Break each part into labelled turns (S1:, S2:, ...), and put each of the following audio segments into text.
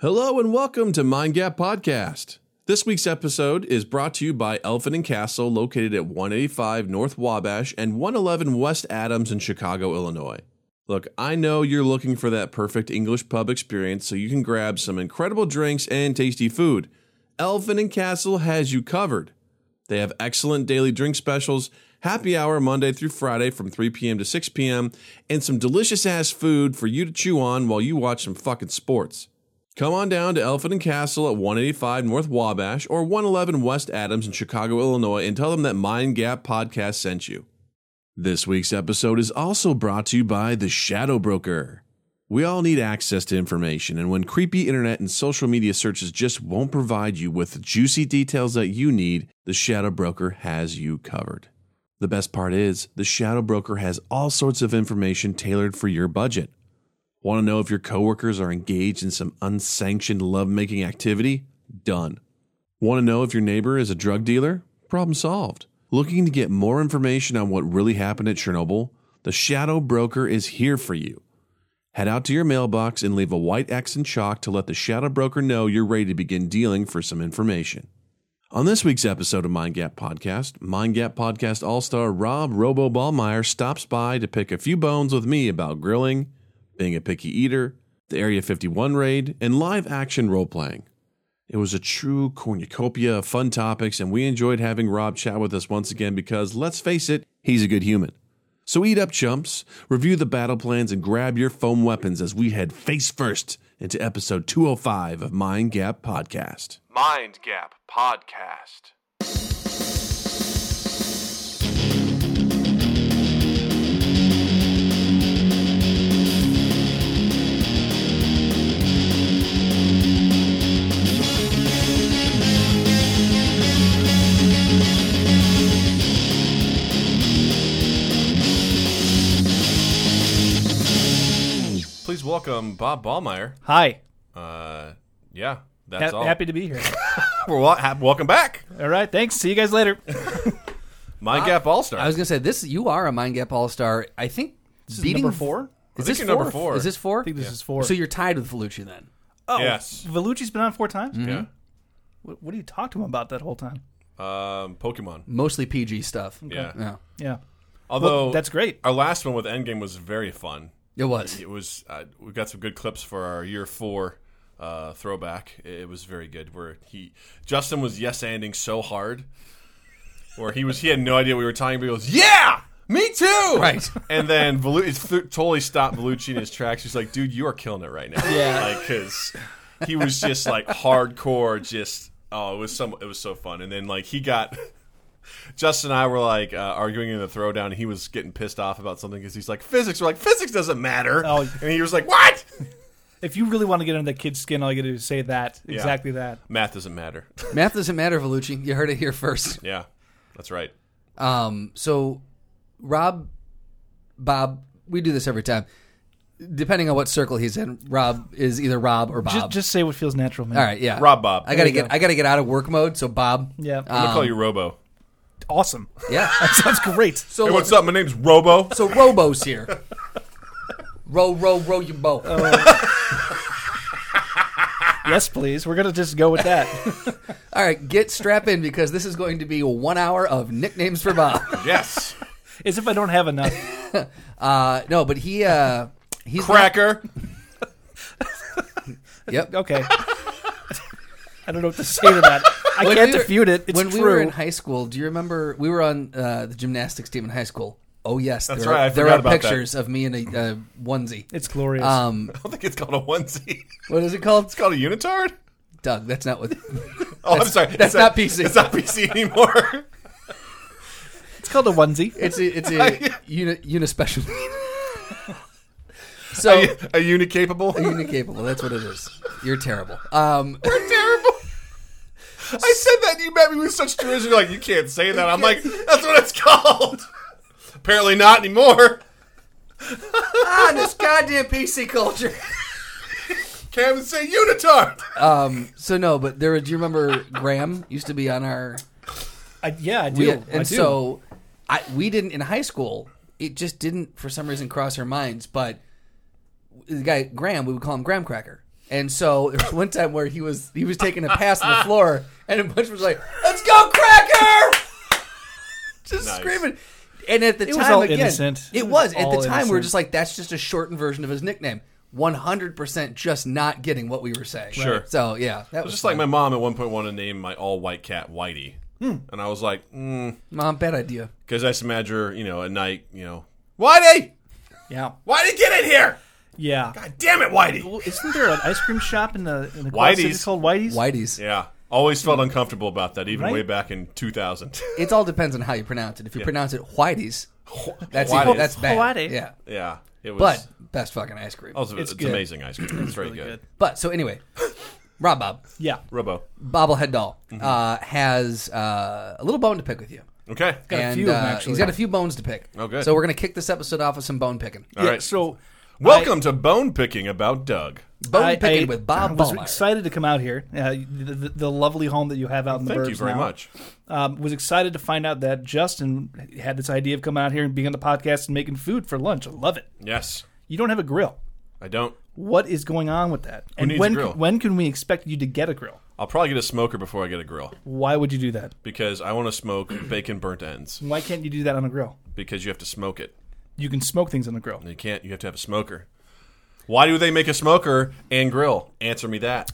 S1: Hello and welcome to Mind Gap Podcast. This week's episode is brought to you by Elfin and Castle, located at 185 North Wabash and 111 West Adams in Chicago, Illinois. Look, I know you're looking for that perfect English pub experience so you can grab some incredible drinks and tasty food. Elfin and Castle has you covered. They have excellent daily drink specials, happy hour Monday through Friday from 3 p.m. to 6 p.m., and some delicious ass food for you to chew on while you watch some fucking sports. Come on down to Elephant and Castle at 185 North Wabash or 111 West Adams in Chicago, Illinois, and tell them that Mind Gap Podcast sent you. This week's episode is also brought to you by The Shadow Broker. We all need access to information, and when creepy internet and social media searches just won't provide you with the juicy details that you need, The Shadow Broker has you covered. The best part is, The Shadow Broker has all sorts of information tailored for your budget. Want to know if your coworkers are engaged in some unsanctioned lovemaking activity? Done. Want to know if your neighbor is a drug dealer? Problem solved. Looking to get more information on what really happened at Chernobyl? The Shadow Broker is here for you. Head out to your mailbox and leave a white X in chalk to let the Shadow Broker know you're ready to begin dealing for some information. On this week's episode of Mind Gap Podcast, Mind Gap Podcast All Star Rob Robo Ballmeyer stops by to pick a few bones with me about grilling, being a picky eater, the Area 51 raid, and live action role playing. It was a true cornucopia of fun topics, and we enjoyed having Rob chat with us once again because, let's face it, he's a good human. So eat up, chumps, review the battle plans, and grab your foam weapons as we head face first into episode 205 of Mind Gap Podcast.
S2: Mind Gap Podcast.
S1: Please welcome Bob Ballmeyer.
S3: Hi.
S1: Uh, yeah,
S3: Ha-
S1: that's
S3: happy to be here.
S1: We're wel- ha- welcome back,
S3: All right. Thanks. See you guys later.
S1: Mind Gap All Star.
S4: I was gonna say this. You are a mind gap all star. I think
S3: This is
S4: beating
S3: number four?
S4: Is
S1: think
S4: this
S1: you're number
S4: four?
S1: four.
S4: Is this four?
S3: I think this is four.
S4: So you're tied with Felucci then.
S3: oh,
S1: Yes.
S3: Vellucci's been on four times?
S4: Mm-hmm.
S1: Yeah.
S3: What, what do you talk to him about that whole time?
S1: Um, Pokemon.
S4: Mostly PG stuff.
S1: Yeah.
S4: Yeah.
S3: Yeah.
S1: Although
S3: that's great.
S1: Our last one with Endgame was very fun.
S4: It was.
S1: It was uh, we got some good clips for our year four uh, throwback. It, it was very good. Where he Justin was yes anding so hard, where he was he had no idea what we were talking about. He goes, "Yeah, me too."
S4: Right.
S1: And then Velu- it th- totally stopped Vellucci in his tracks. He's like, "Dude, you are killing it right now."
S4: Yeah.
S1: Like because he was just like hardcore. Just oh, it was some. It was so fun. And then like he got. Justin and I were like uh, arguing in the throwdown. And he was getting pissed off about something because he's like, "Physics." We're like, "Physics doesn't matter."
S3: Oh.
S1: And he was like, "What?"
S3: If you really want to get into that kid's skin, all you got to do is say that. Exactly that.
S1: Math doesn't matter.
S4: Math doesn't matter, Felucci. You heard it here first.
S1: yeah, that's right.
S4: Um. So, Rob, Bob, we do this every time. Depending on what circle he's in, Rob is either Rob or Bob.
S3: Just, just say what feels natural, man.
S4: Um, All right. Yeah.
S1: Rob Bob.
S4: I um, gotta
S3: you
S4: get.
S3: go.
S4: I gotta get out of work mode. So Bob.
S3: Yeah.
S1: I'm gonna call you Robo.
S3: awesome.
S4: Yeah.
S3: Sounds great.
S4: So
S1: Hey,
S4: oh, look-
S1: what's up? My name's Robo.
S4: So Robo's here. row, row, row your boat.
S3: Oh, yes, please. We're going to just go with that.
S4: All right, get strap in because this is going to be one hour of nicknames for Bob.
S1: Yes.
S3: As if I don't have enough.
S4: Uh, no, but he uh, he's
S1: Cracker.
S4: Yep.
S3: Okay. I don't know what to say to that. I
S4: When
S3: can't
S4: we were-
S3: defute it. It's
S4: when
S3: true.
S4: we were in high school, do you remember we were on uh, the gymnastics team in high school? Oh yes,
S1: That's
S4: there
S1: right, I
S4: Are, there
S1: forgot
S4: are
S1: about that.
S4: pictures of me in a uh, onesie.
S3: it's glorious.
S4: Um,
S1: I don't think it's called a onesie.
S4: what is it called?
S1: It's called a unitard.
S4: Doug. That's not what.
S1: Oh, I'm sorry. It's
S4: that's
S1: a-
S4: not PC.
S1: It's not PC anymore.
S3: it's called a onesie.
S4: It's a, it's a uni, unispecial.
S1: a,
S4: so
S1: a unicapable.
S4: unicapable. That's what it is. You're terrible. Um,
S1: You're terrible. I said that and you met me with such derision. You're like, you can't say that. I'm like, that's what it's called. Apparently not anymore.
S4: ah, this goddamn PC culture.
S1: Can't even say unitard.
S4: Um, so no, but there. Do you remember Graham used to be on our?
S3: I, yeah, I do.
S4: We-
S3: I do.
S4: and so, I we didn't in high school. It just didn't for some reason cross our minds. But the guy Graham, we would call him Graham Cracker. And so there was one time where he was he was taking a pass on the floor, and a bunch was like, "Let's go, Cracker!" just
S1: Nice.
S4: screaming. And at the
S3: It
S4: time,
S3: was all
S4: again,
S3: innocent.
S4: it
S3: It was
S4: was at the
S3: all
S4: time we were
S3: innocent.
S4: just like, "That's just a shortened version of his nickname." One hundred percent, just not getting what we were saying.
S1: Sure.
S4: So yeah, that was,
S1: Just like
S4: fun.
S1: my mom at one point wanted to name my all white cat Whitey, and I was like, because
S4: mom. Bad idea.
S1: I just imagine her, you know, at night, you know, Whitey,
S3: Yeah.
S1: Whitey, get in here!
S3: Yeah.
S1: God damn it, Whitey!
S3: Well, isn't there an ice cream shop in the in the Quad City
S1: Whitey's.
S3: called Whitey's?
S4: Whitey's.
S1: Yeah, always felt uncomfortable about that, even
S3: Right?
S1: way back in 2000.
S4: It all depends on how you pronounce it. If you pronounce it Whitey's, that's
S1: Whitey's.
S4: even- that's bad.
S3: Whitey.
S4: Yeah,
S1: yeah, it was.
S4: but best fucking ice cream.
S1: also, it's,
S3: good.
S1: amazing ice cream. It's very good.
S4: But so anyway, Rob Bob
S3: Yeah.
S1: Robo.
S4: Bobblehead Doll
S1: Mm-hmm.
S4: uh, has uh, a little bone to pick with you.
S1: Okay.
S3: a
S4: and,
S3: few of 'em,
S4: uh,
S3: actually.
S4: He's got a few bones to pick.
S1: Oh, good.
S4: So we're gonna kick this episode off with some bone picking.
S1: All
S3: yeah,
S1: right.
S3: So
S1: Welcome to Bone Picking About Doug.
S4: Bone
S3: I,
S4: picking
S3: I
S4: with Bob
S3: was
S4: Ballmeyer.
S3: excited to come out here. Uh, the, the, the lovely home that you have out in the
S1: Thank
S3: burbs
S1: you very
S3: now.
S1: much.
S3: Um, was excited to find out that Justin had this idea of coming out here and being on the podcast and making food for lunch. I love it.
S1: Yes,
S3: You don't have a grill.
S1: I don't.
S3: What is going on with that? and
S1: needs a
S3: when
S1: grill?
S3: when can we expect you to get a grill?
S1: I'll probably get a smoker before I get a grill
S3: Why would you do that?
S1: because I want to smoke bacon burnt ends
S3: Why can't you do that on a grill?
S1: because you have to smoke it.
S3: You can smoke things on a grill.
S1: You can't. You have to have a smoker. Why do they make a smoker and grill? Answer me that.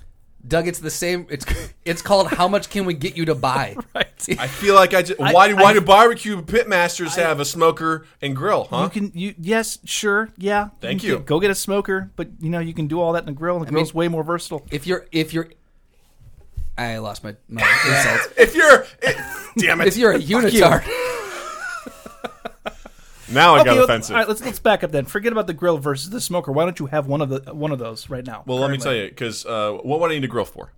S4: Doug, it's the same. It's it's called how much can we get you to buy?
S1: I feel like I just. Why do Why do barbecue pitmasters have a smoker and grill? Huh?
S3: You can you yes sure yeah.
S1: Thank
S3: can
S1: you.
S3: get- Go get a smoker, but you know you can do all that in a grill. The grill's way more versatile.
S4: If you're if you're, I lost my, my insults.
S1: if you're, it, damn it!
S4: If you're a unitard,
S1: now I got
S3: Okay, let's,
S1: offensive.
S3: all right, let's let's back up then. Forget about the grill versus the smoker. Why don't you have one of the one of those right now?
S1: well, let me tell you, because uh, what would I need a grill for?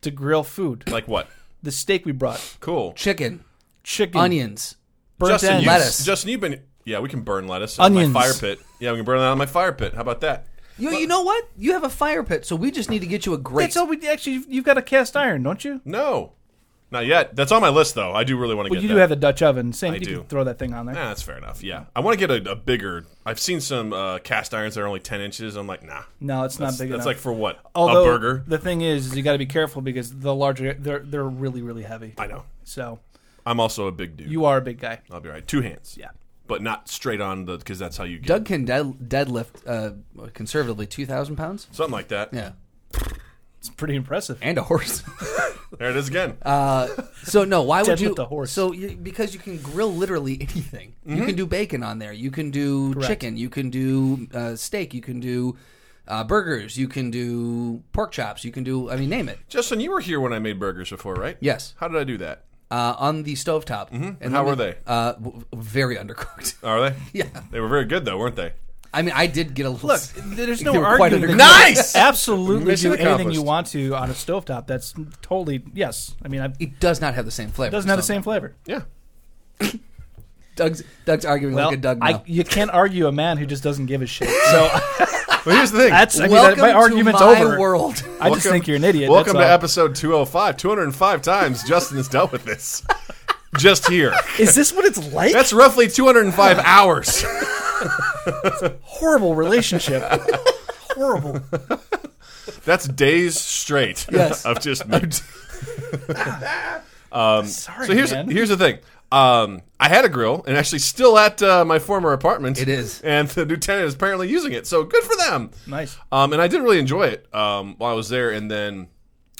S3: to grill food.
S1: Like what?
S3: The steak we brought,
S1: Cool.
S4: chicken,
S3: chicken,
S4: onions.
S3: burnt
S1: Justin,
S3: ends.
S1: you,
S4: Lettuce.
S1: Justin, you've been. Yeah, we can burn lettuce on my
S3: Onions.
S1: fire pit. Yeah, we can burn that on my fire pit. How about that?
S4: You, you know what? You have a fire pit, so we just need to get you a grate.
S3: That's all we actually. You've, you've got a cast iron, don't you?
S1: No, not yet. That's on my list, though. I do really want to
S3: Well,
S1: get.
S3: you
S1: that.
S3: do have the Dutch oven. Same. you
S1: do.
S3: can throw that thing on there.
S1: Nah, that's fair enough. Yeah, I want to get a, a bigger. I've seen some uh, cast irons that are only ten inches. I'm like, nah.
S3: No, it's not
S1: That's,
S3: big
S1: that's
S3: enough.
S1: like for what?
S3: Although
S1: a burger.
S3: the thing is, is you got to be careful because the larger they're they're really really heavy.
S1: I know.
S3: So
S1: I'm also a big dude.
S3: you are a big guy.
S1: I'll be right. Two hands.
S3: Yeah.
S1: but not straight on the because that's how you get
S4: Doug can dead, deadlift uh, conservatively two thousand pounds.
S1: something like that.
S4: Yeah,
S3: It's pretty impressive.
S4: and a horse.
S1: There it is again.
S3: Uh,
S4: so no, why would
S3: Deadlift
S4: you?
S3: a horse. Mm-hmm.
S4: So you, because you can grill literally anything. You can do bacon on there. You can do chicken. You can do uh, steak. You can do uh, burgers. You can do pork chops. You can do. I mean, name it.
S1: Justin, you were here when I made burgers before, right?
S4: Yes.
S1: How did I do that?
S4: Uh, on the stovetop.
S3: Mm-hmm.
S4: And
S1: How
S4: then
S1: were
S4: we-
S1: they?
S4: Uh, w- w- very undercooked.
S1: Are they?
S4: Yeah.
S1: They were very good though, weren't they?
S4: I mean, I did get a little.
S3: Look, there's no
S4: They were quite
S3: arguing. that you
S4: undercooked.
S3: can
S1: Nice!
S3: Absolutely,
S1: Mission
S3: do anything
S1: accomplished.
S3: you want to on a stovetop. That's totally yes. I mean, I, it
S4: It does not have the same flavor.
S3: doesn't have the
S4: so-
S3: same flavor.
S1: Yeah.
S4: Doug's Doug's arguing
S3: Well,
S4: like a Doug.
S3: I,
S4: now.
S3: you can't argue a man who just doesn't give a shit. So
S1: But here's the thing.
S3: that's I mean, that,
S4: Welcome
S3: my argument's
S4: to my
S3: over.
S4: world.
S3: I just
S1: Welcome-
S3: think you're an idiot.
S1: Welcome
S3: that's
S1: to
S3: all.
S1: episode 205. 205 times Justin has dealt with this. Just here.
S3: Is this what it's like?
S1: That's roughly 205 hours.
S3: horrible relationship. horrible.
S1: That's days straight
S4: Yes.
S1: of just.
S3: Sorry,
S1: so here's
S3: man.
S1: here's the thing. Um, I had a grill, and actually still at uh, my former apartment.
S4: It is.
S1: and the new tenant is apparently using it. So good for them.
S3: Nice.
S1: Um, and I did really enjoy it um, while I was there, and then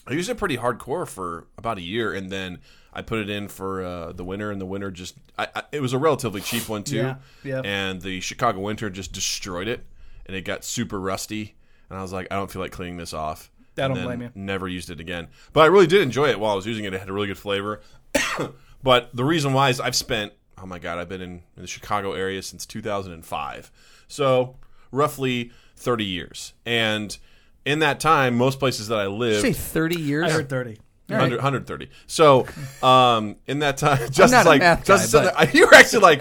S1: I used it pretty hardcore for about a year, and then I put it in for uh, the winter, and the winter just I, I, it was a relatively cheap one too,
S3: Yeah, yeah.
S1: and the Chicago winter just destroyed it, and it got super rusty, and I was like, I don't feel like cleaning this off.
S3: I
S1: And
S3: don't
S1: then
S3: blame you.
S1: Never used it again, but I really did enjoy it while I was using it. It had a really good flavor, but the reason why is I've spent oh my god, I've been in, in the Chicago area since 2005, so roughly 30 years, and in that time, most places that I live,
S4: say thirty
S3: I
S4: years.
S3: heard thirty.
S1: 100, 130. So, um, in that time, Justin's
S4: not a
S1: like,
S4: math guy,
S1: Justin's sitting
S4: but-
S1: there- you're actually like,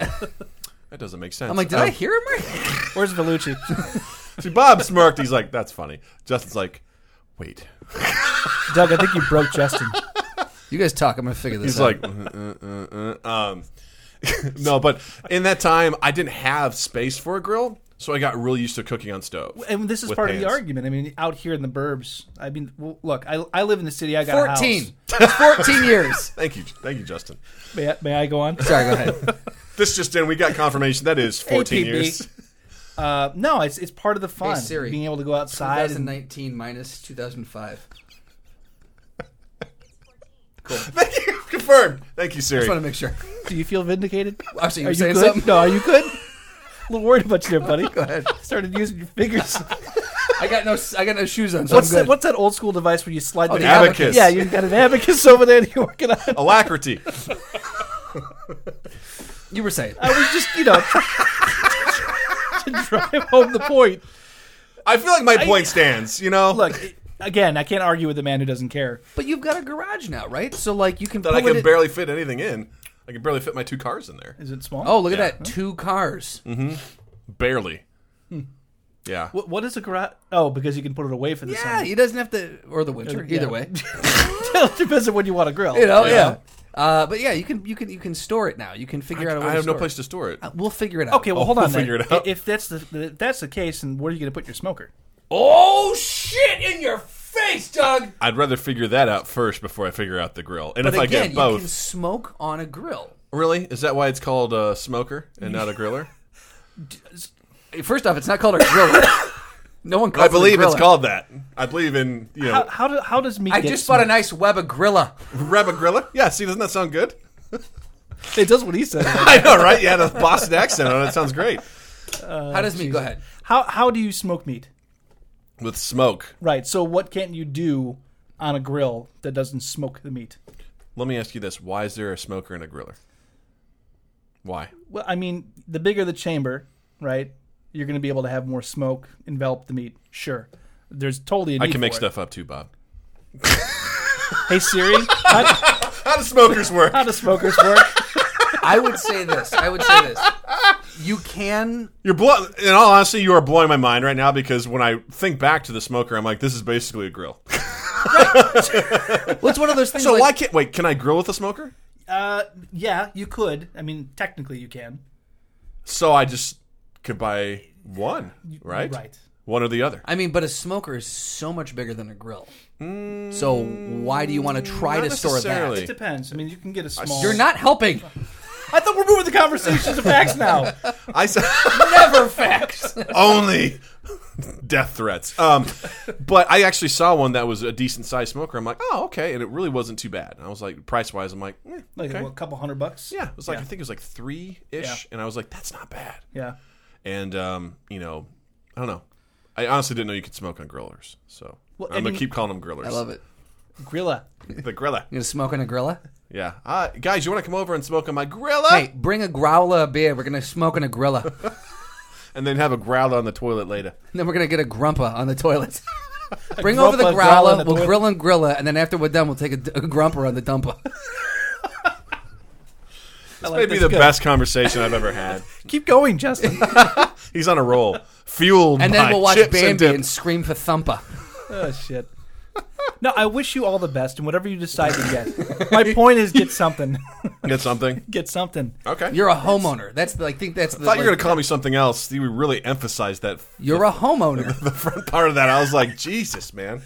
S1: that doesn't make sense. Uh,
S4: I'm like, did
S3: Oh.
S4: I hear him right?
S3: Where's Vellucci?
S1: See, Bob smirked. He's like, that's funny. Justin's like, wait.
S3: Doug, I think you broke Justin.
S4: You guys talk. I'm gonna figure this
S1: He's
S4: out.
S1: like, uh, uh, uh, uh. um, no, but in that time, I didn't have space for a grill. So I got really used to cooking on stove.
S3: And this is
S1: With
S3: part of the
S1: pans.
S3: argument. I mean, out here in the burbs, I mean, well, look, I, I live in the city. I got a house.
S4: Fourteen. It's Fourteen years.
S1: Thank you, thank you, Justin.
S3: May I, may I go on?
S4: Sorry, go ahead.
S1: This just in, we got confirmation that is 14
S3: APB.
S1: years.
S3: Uh, no, it's it's part of the fun.
S4: Siri.
S3: being able to go outside and
S4: 2019 minus 2005.
S1: Thank you, confirmed. Thank you, Siri.
S4: Just want to make sure.
S3: Do you feel vindicated?
S4: Oh, so you were
S3: are
S4: saying
S3: good?
S4: something?
S3: No, are you good? A little worried about you there, buddy. Go
S4: ahead.
S3: Started using your fingers.
S4: I got no. I got no shoes on. So
S3: what's
S4: I'm good. Oh,
S3: that, what's that old school device where you slide
S4: the
S3: the
S1: abacus.
S3: Yeah, you got an abacus over there that you're working on.
S1: Alacrity.
S4: you were saying?
S3: I was just, you know, trying to drive home the point.
S1: I feel like my point stands. You know,
S3: Look, it- again, I can't argue with a man who doesn't care.
S4: But you've got a garage now, right? So like you can.
S1: that I
S4: pull it
S1: can
S4: in-
S1: barely fit anything in. I can barely fit my two cars in there.
S3: Is it small?
S4: Oh, look at that! Two cars.
S3: Mm-hmm.
S1: Barely. Yeah.
S3: Wh- what is a garage? Oh, because you can put it away for the
S4: Yeah,
S3: summer.
S4: he doesn't have to, or the winter.
S3: Uh, Yeah.
S4: Either way,
S3: Depends on when you want to grill.
S4: you know. Yeah.
S1: Yeah.
S4: Uh, but yeah, you can you can you can store it now. You can figure out a way.
S1: I
S4: to
S1: have no
S4: store it.
S1: place to store it.
S4: We'll figure it out.
S3: Okay, well, hold
S1: we'll
S3: on. then.
S1: figure it out.
S3: If that's the if that's the case, then where are you going to put your smoker?
S4: Oh shit! In your face, Doug.
S1: I'd rather figure that out first before I figure out the grill. And
S4: But
S1: if I
S4: again,
S1: get
S4: you
S1: both,
S4: can smoke on a grill.
S1: really, is that why it's called a smoker and not a griller?
S4: First off, it's not called a grill. no one. Calls
S1: I believe
S4: it a
S1: it's
S4: griller.
S1: called that. I believe in you
S3: How
S1: know
S3: how, do, how does meat?
S4: I
S3: get
S4: just bought a
S3: smoked?
S4: nice Weba grilla.
S1: Rabagrilla. Yeah. See, doesn't that sound good?
S3: It does what he said.
S1: I know, right? Yeah, the Boston accent on it sounds great.
S4: How does me? Go ahead.
S3: how how do you smoke meat?
S1: With smoke.
S3: Right. So what can't you do on a grill that doesn't smoke the meat?
S1: Let me ask you this: Why is there a smoker and a griller? Why?
S3: Well, I mean, the bigger the chamber, right? You're going to be able to have more smoke envelop the meat. Sure. There's totally a
S1: I
S3: need
S1: can make
S3: for it.
S1: stuff up too, Bob.
S3: Hey Siri, how,
S1: How do smokers work?
S3: how do smokers work?
S4: I would say this. I would say this. You can.
S1: You're blow- in all honesty, you are blowing my mind right now because when I think back to the smoker, I'm like, this is basically a grill.
S4: Well, it's one of those things.
S1: So
S4: like,
S1: why can't wait? Can I grill with a smoker?
S3: Uh, yeah, you could. I mean, technically, you can.
S1: So I just could buy one, right?
S3: right.
S1: One or the other.
S4: I mean, but a smoker is so much bigger than a grill. so why do you want to try
S1: Mm, not
S4: to store
S1: necessarily.
S4: that?
S3: It depends. I mean, you can get a small.
S4: You're not helping.
S3: I thought we're moving the conversation to facts now.
S1: I said
S4: Never facts.
S1: only death threats. Um, but I actually saw one that was a decent sized smoker. I'm like, oh okay, and it really wasn't too bad. And I was like, price wise, I'm like, eh,
S3: Like
S1: okay.
S3: what, a couple hundred bucks.
S1: yeah, it was like I think it was like three ish,
S3: Yeah.
S1: and I was like, that's not bad.
S3: Yeah.
S1: And um, you know, I don't know. I honestly didn't know you could smoke on grillers, so
S3: Well, I
S1: I'm gonna
S3: mean-
S1: keep calling them grillers.
S4: I love it.
S3: Grilla.
S1: The grilla.
S4: You gonna smoke on a grilla?
S1: Yeah. Uh, guys, you want to come over and smoke on my grilla?
S4: Hey, bring a growler of beer. We're gonna smoke on a grilla.
S1: And then have a growler on the toilet later.
S4: then we're gonna get a grumpa on the toilet. Bring
S3: grumpa,
S4: over
S3: growler
S4: the
S3: on
S4: growler.
S3: the
S4: We'll
S3: toilet.
S4: grill and grilla, and then after we're done, we'll take a, d- a grumper on the dumper.
S3: This
S1: Maybe the best conversation I've ever had.
S3: Keep going, Justin.
S1: He's on a roll, fueled
S4: And
S1: by
S4: then we'll watch
S1: chips and
S4: Bambi
S1: dip.
S4: and scream for thumper.
S3: oh shit. No, I wish you all the best in whatever you decide to get. My point is, get something.
S1: Get something.
S3: get something.
S1: Okay.
S4: You're a homeowner. That's the, I think that's the.
S1: I thought you were
S4: like,
S1: gonna call me something else. You really emphasized that
S4: you're a homeowner.
S1: front part of that. I was like, Jesus, man.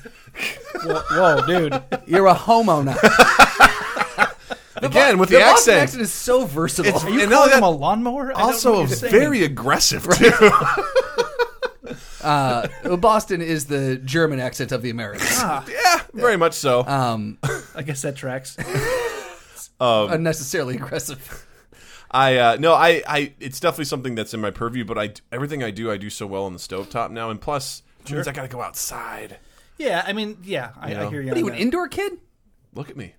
S3: Whoa, whoa dude.
S4: You're a homeowner.
S1: Again, with the,
S4: Boston
S1: accent.
S4: accent is so versatile.
S1: It's-
S3: You
S1: And
S3: call
S1: not
S3: him
S1: that-
S3: a lawnmower? I don't know
S1: also
S3: what you're saying.
S1: very aggressive too.
S4: Uh, Boston is the German accent of the Americans.
S1: Um, yeah, very much so.
S4: Um,
S3: I guess that tracks.
S4: unnecessarily aggressive.
S1: I uh, no, I, I it's definitely something that's in my purview. But I everything I do, I do so well on the stovetop now, and plus it means I gotta go outside.
S3: Yeah, I mean, yeah, I, I
S1: know.
S3: hear you.
S4: What are you,
S3: on
S4: an
S3: that.
S4: indoor kid?
S1: Look at me.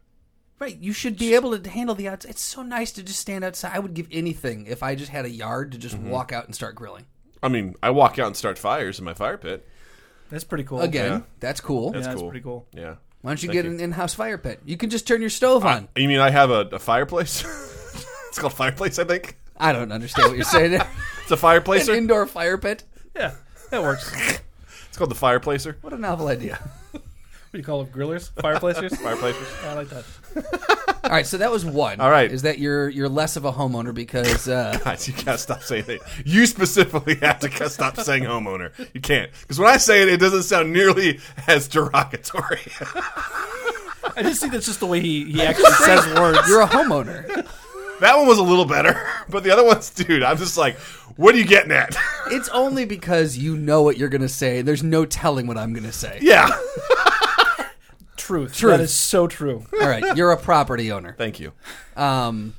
S4: Right, you should be able to handle the outside. It's so nice to just stand outside. I would give anything if I just had a yard to
S1: Mm-hmm.
S4: just walk out and start grilling.
S1: I mean, I walk out and start fires in my fire pit.
S3: That's pretty cool.
S4: Again,
S1: Yeah.
S4: that's cool.
S3: Yeah, that's
S1: cool.
S3: pretty cool.
S1: Yeah.
S4: Why don't you
S1: Thank
S4: get an in-house fire pit? You can just turn your stove on.
S1: You mean I have a, a fireplace? it's called fireplace, I think.
S4: I don't understand what you're saying. there.
S1: It's a fireplacer.
S4: an indoor fire pit.
S3: Yeah, that works. what
S1: it's called the fireplacer.
S4: What a novel idea.
S3: do you call them? Grillers? Fireplacers?
S1: Fireplacers.
S3: I like that.
S4: All right, so that was one.
S1: All right.
S4: is that you're you're less of a homeowner because uh,
S1: God, you gotta stop saying it. You specifically have to gotta stop saying homeowner. You can't because when I say it, it doesn't sound nearly as derogatory.
S3: I just think that's just the way he, he actually says words.
S4: you're a homeowner.
S1: that one was a little better, but the other ones, dude, I'm just like, what are you getting at?
S4: It's only because you know what you're gonna say. There's no telling what I'm gonna say.
S1: yeah.
S3: Truth.
S4: Truth.
S3: That is so true.
S4: All right, you're a property owner.
S1: Thank you.
S4: Um,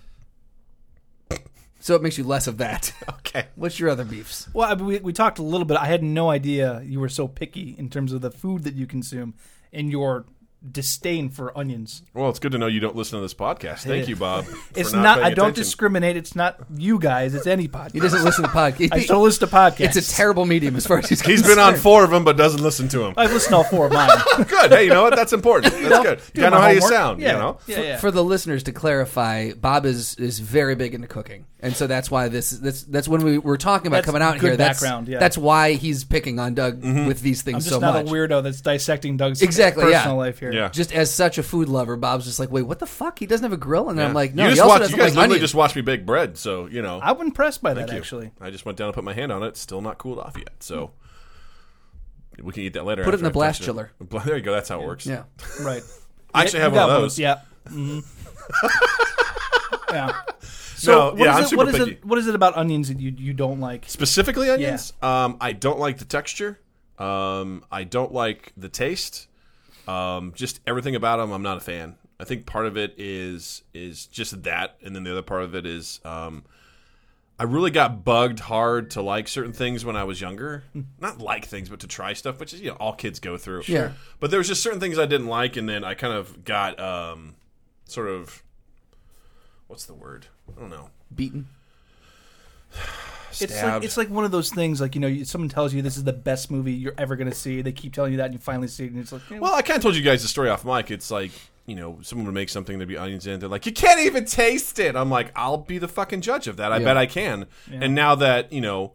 S4: so it makes you less of that.
S1: Okay.
S4: What's your other beefs?
S3: Well, I mean, we, we talked a little bit. I had no idea you were so picky in terms of the food that you consume and your disdain for onions.
S1: Well, it's good to know you don't listen to this podcast. Thank you, Bob. for
S3: It's not, I
S1: paying
S3: don't
S1: attention.
S3: discriminate. It's not you guys. It's any
S4: He
S3: podcast.
S4: doesn't listen to podcasts.
S3: I still listen to podcasts.
S4: It's a terrible medium as far as he's
S1: He's
S4: concerned.
S1: been on four of them, but doesn't listen to them.
S3: I've listened to all four of mine.
S1: Good. Hey, you know what? That's important. That's good. You gotta
S3: my
S1: know how you
S3: homework.
S1: sound.
S3: Yeah.
S1: You know.
S3: Yeah, yeah.
S4: For the listeners to clarify, Bob is is very big into cooking, and so that's why this that's that's when we were talking about
S3: That's
S4: coming out
S3: good
S4: here.
S3: background,
S4: that's
S3: yeah.
S4: that's why he's picking on Doug
S1: Mm-hmm.
S4: with these
S3: I'm
S4: things
S3: just
S4: so
S3: not
S4: much.
S3: a weirdo that's dissecting Doug's
S4: Exactly, yeah.
S3: personal life here.
S1: Yeah.
S4: just as such a food lover, Bob's just like, wait, what the fuck? He doesn't have a grill, and
S1: Yeah.
S4: I'm like, no,
S1: you
S4: he
S1: just
S4: also
S1: watch. You
S4: doesn't
S1: guys
S4: like
S1: literally
S4: onions.
S1: just watched me bake bread, so you know.
S3: I'm impressed by that,
S1: Thank you.
S3: actually.
S1: I just went down and put my hand on it. It's still not cooled off yet, so
S3: Hmm.
S1: we can eat that later.
S4: Put it in
S1: after
S4: the
S1: I've
S4: blast
S1: touched it. There you go. That's how it works.
S4: yeah.
S3: Right.
S1: I actually have
S3: You
S1: one
S3: got
S1: of those.
S3: Yeah. Mhm. yeah. So what
S1: yeah,
S3: is
S1: I'm
S3: it,
S1: super
S3: what is
S1: picky.
S3: it? What is it about onions that you you don't like?
S1: Specifically onions. Um, I don't like the texture. Um, I don't like the taste. Um, just everything about them, I'm not a fan. I think part of it is is just that, and then the other part of it is um, I really got bugged hard to like certain things when I was younger.
S3: Hmm.
S1: Not like things, but to try stuff, which is you know all kids go through.
S4: Yeah.
S1: But there was just certain things I didn't like, and then I kind of got um, sort of what's the word? I don't know.
S4: beaten.
S3: It's like
S1: Stabbed.
S3: it's like one of those things like you know you, someone tells you this is the best movie you're ever going to see. They keep telling you that, and you finally see it, and it's like you know,
S1: Well, I kind of told you guys the story off mic. It's like, you know, someone would make something, there'd be onions in it. They're like, you can't even taste it. I'm like, I'll be the fucking judge of that. I bet I can. And now that, you know,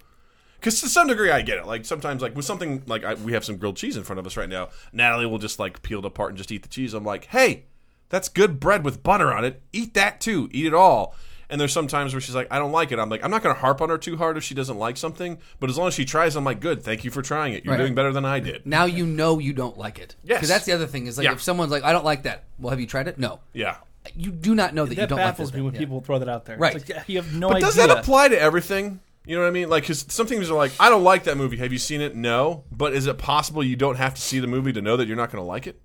S1: because to some degree I get it. Like sometimes, like with something like I, we have some grilled cheese in front of us right now, Natalie will just like peel it apart and just eat the cheese. I'm like, hey, that's good bread with butter on it. Eat that too. Eat it all. And there's some times where she's like, I don't like it. I'm like, I'm not going to harp on her too hard if she doesn't like something. But as long as she tries, I'm like, good. Thank you for trying it. You're
S4: Right.
S1: doing better than I did.
S4: Now you know you don't like it.
S1: Yes.
S4: because that's the other thing is like
S1: Yeah.
S4: if someone's like, I don't like that. Well, have you tried it? No.
S1: Yeah.
S4: You do not know that, you
S3: that
S4: don't like
S3: baffles
S4: this
S3: me
S4: thing.
S3: when
S4: Yeah.
S3: people throw that out there. It's
S4: Right.
S3: like, yeah, you have no
S1: But
S3: idea.
S1: does that apply to everything? You know what I mean? Like, because some things are like, I don't like that movie. Have you seen it? No. But is it possible you don't have to see the movie to know that you're not going to like it?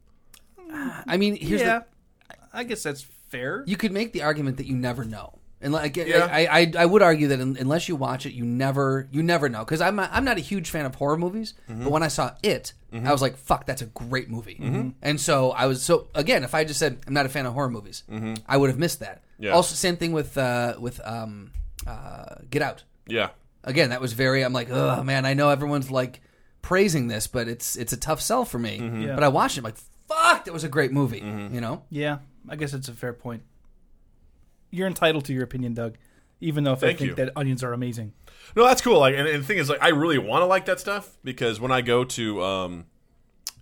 S4: I mean, here's
S3: yeah.
S4: the,
S3: I guess that's fair.
S4: you could make the argument that you never know. And like,
S1: Yeah.
S4: I, I, I would argue that un- unless you watch it, you never you never know. Because I'm not, I'm not a huge fan of horror movies,
S1: Mm-hmm.
S4: but when I saw it, I was like, "Fuck, that's a great movie."
S1: Mm-hmm.
S4: And so I was so again, if I just said I'm not a fan of horror movies, I would have missed that.
S1: Mm-hmm. Yeah.
S4: Also, same thing with uh, with um, uh, Get Out.
S1: Yeah.
S4: Again, that was very. I'm like, oh man, I know everyone's like praising this, but it's it's a tough sell for me.
S1: Mm-hmm.
S3: Yeah.
S4: But I watched it, I'm like, fuck, that was a great movie. You know,
S3: Yeah, I guess it's a fair point. You're entitled to your opinion, Doug. Even though if I
S1: Thank
S3: think
S1: you.
S3: that onions are amazing,
S1: No, that's cool. Like, and, and the thing is, like, I really want to like that stuff because when I go to, um,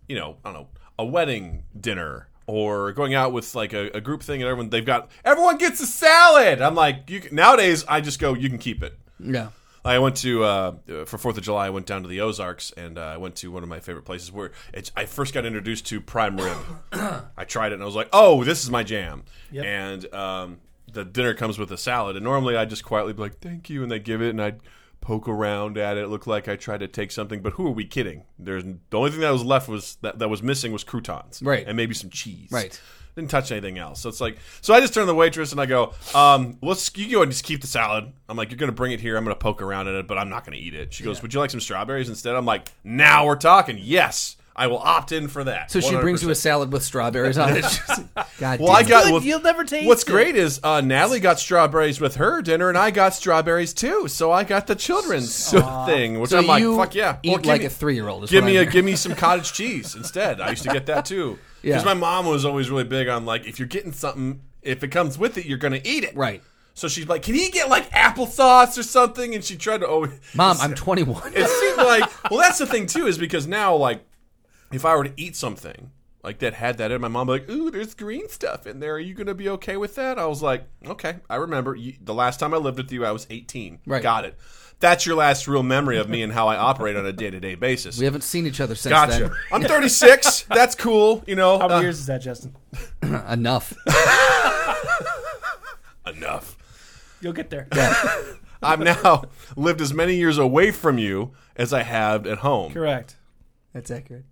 S1: you know, I don't know, a wedding dinner or going out with like a, a group thing, and everyone they've got everyone gets a salad. I'm like, you can, nowadays I just go, you can keep it.
S4: yeah.
S1: I went to uh, uh, for Fourth of July. I went down to the Ozarks and uh, I went to one of my favorite places where it's, I first got introduced to prime rib. I tried it and I was like, "Oh, this is my jam." And um, the dinner comes with a salad, and normally I just quietly be like, "Thank you," and they give it, and I'd poke around at it. Look like I tried to take something, but who are we kidding? There's the only thing that was left was that, that was missing was croutons,
S4: Right.
S1: and maybe some cheese,
S4: Right.
S1: didn't touch anything else. So it's like, so I just turn to the waitress and I go, um, let's you go and just keep the salad. I'm like, you're gonna bring it here. I'm gonna poke around at it, but I'm not gonna eat it. She goes, would you like some strawberries instead? I'm like, now we're talking. Yes, I will opt in for that.
S4: So she brings you a
S1: 100%.
S4: salad with strawberries on it. God
S1: Well, I
S4: damn
S1: got.
S4: it.
S3: Good,
S1: well,
S3: you'll never taste
S1: What's
S3: it.
S1: great is uh, Natalie got strawberries with her dinner, and I got strawberries too. So I got the children's thing, which
S4: So
S1: I'm like,
S4: you
S1: fuck yeah,
S4: eat
S1: Well, give
S4: like
S1: me-
S4: a three-year-old is
S1: Give
S4: what
S1: me
S4: I
S1: a
S4: mean.
S1: give me some cottage cheese instead. I used to get that too because
S4: Yeah.
S1: my mom was always really big on like if you're getting something, if it comes with it, you're gonna eat it.
S4: Right.
S1: So she's like, can you get like applesauce or something? And she tried to always.
S4: Mom, I'm 21.
S1: It seemed like well, that's the thing too, is because now like if I were to eat something like that had that in my mom like ooh there's green stuff in there are you gonna be okay with that i was like okay i remember you, the last time i lived with you i was 18
S4: Right.
S1: got it that's your last real memory of me and how i operate on a day-to-day basis
S4: We haven't seen each other since
S1: gotcha i'm 36 that's cool you know
S3: How many
S1: uh,
S3: years is that, Justin?
S4: then. Enough.
S1: enough
S3: You'll get there.
S1: i've now lived as many years away from you as i have at home
S3: Correct.
S4: That's accurate.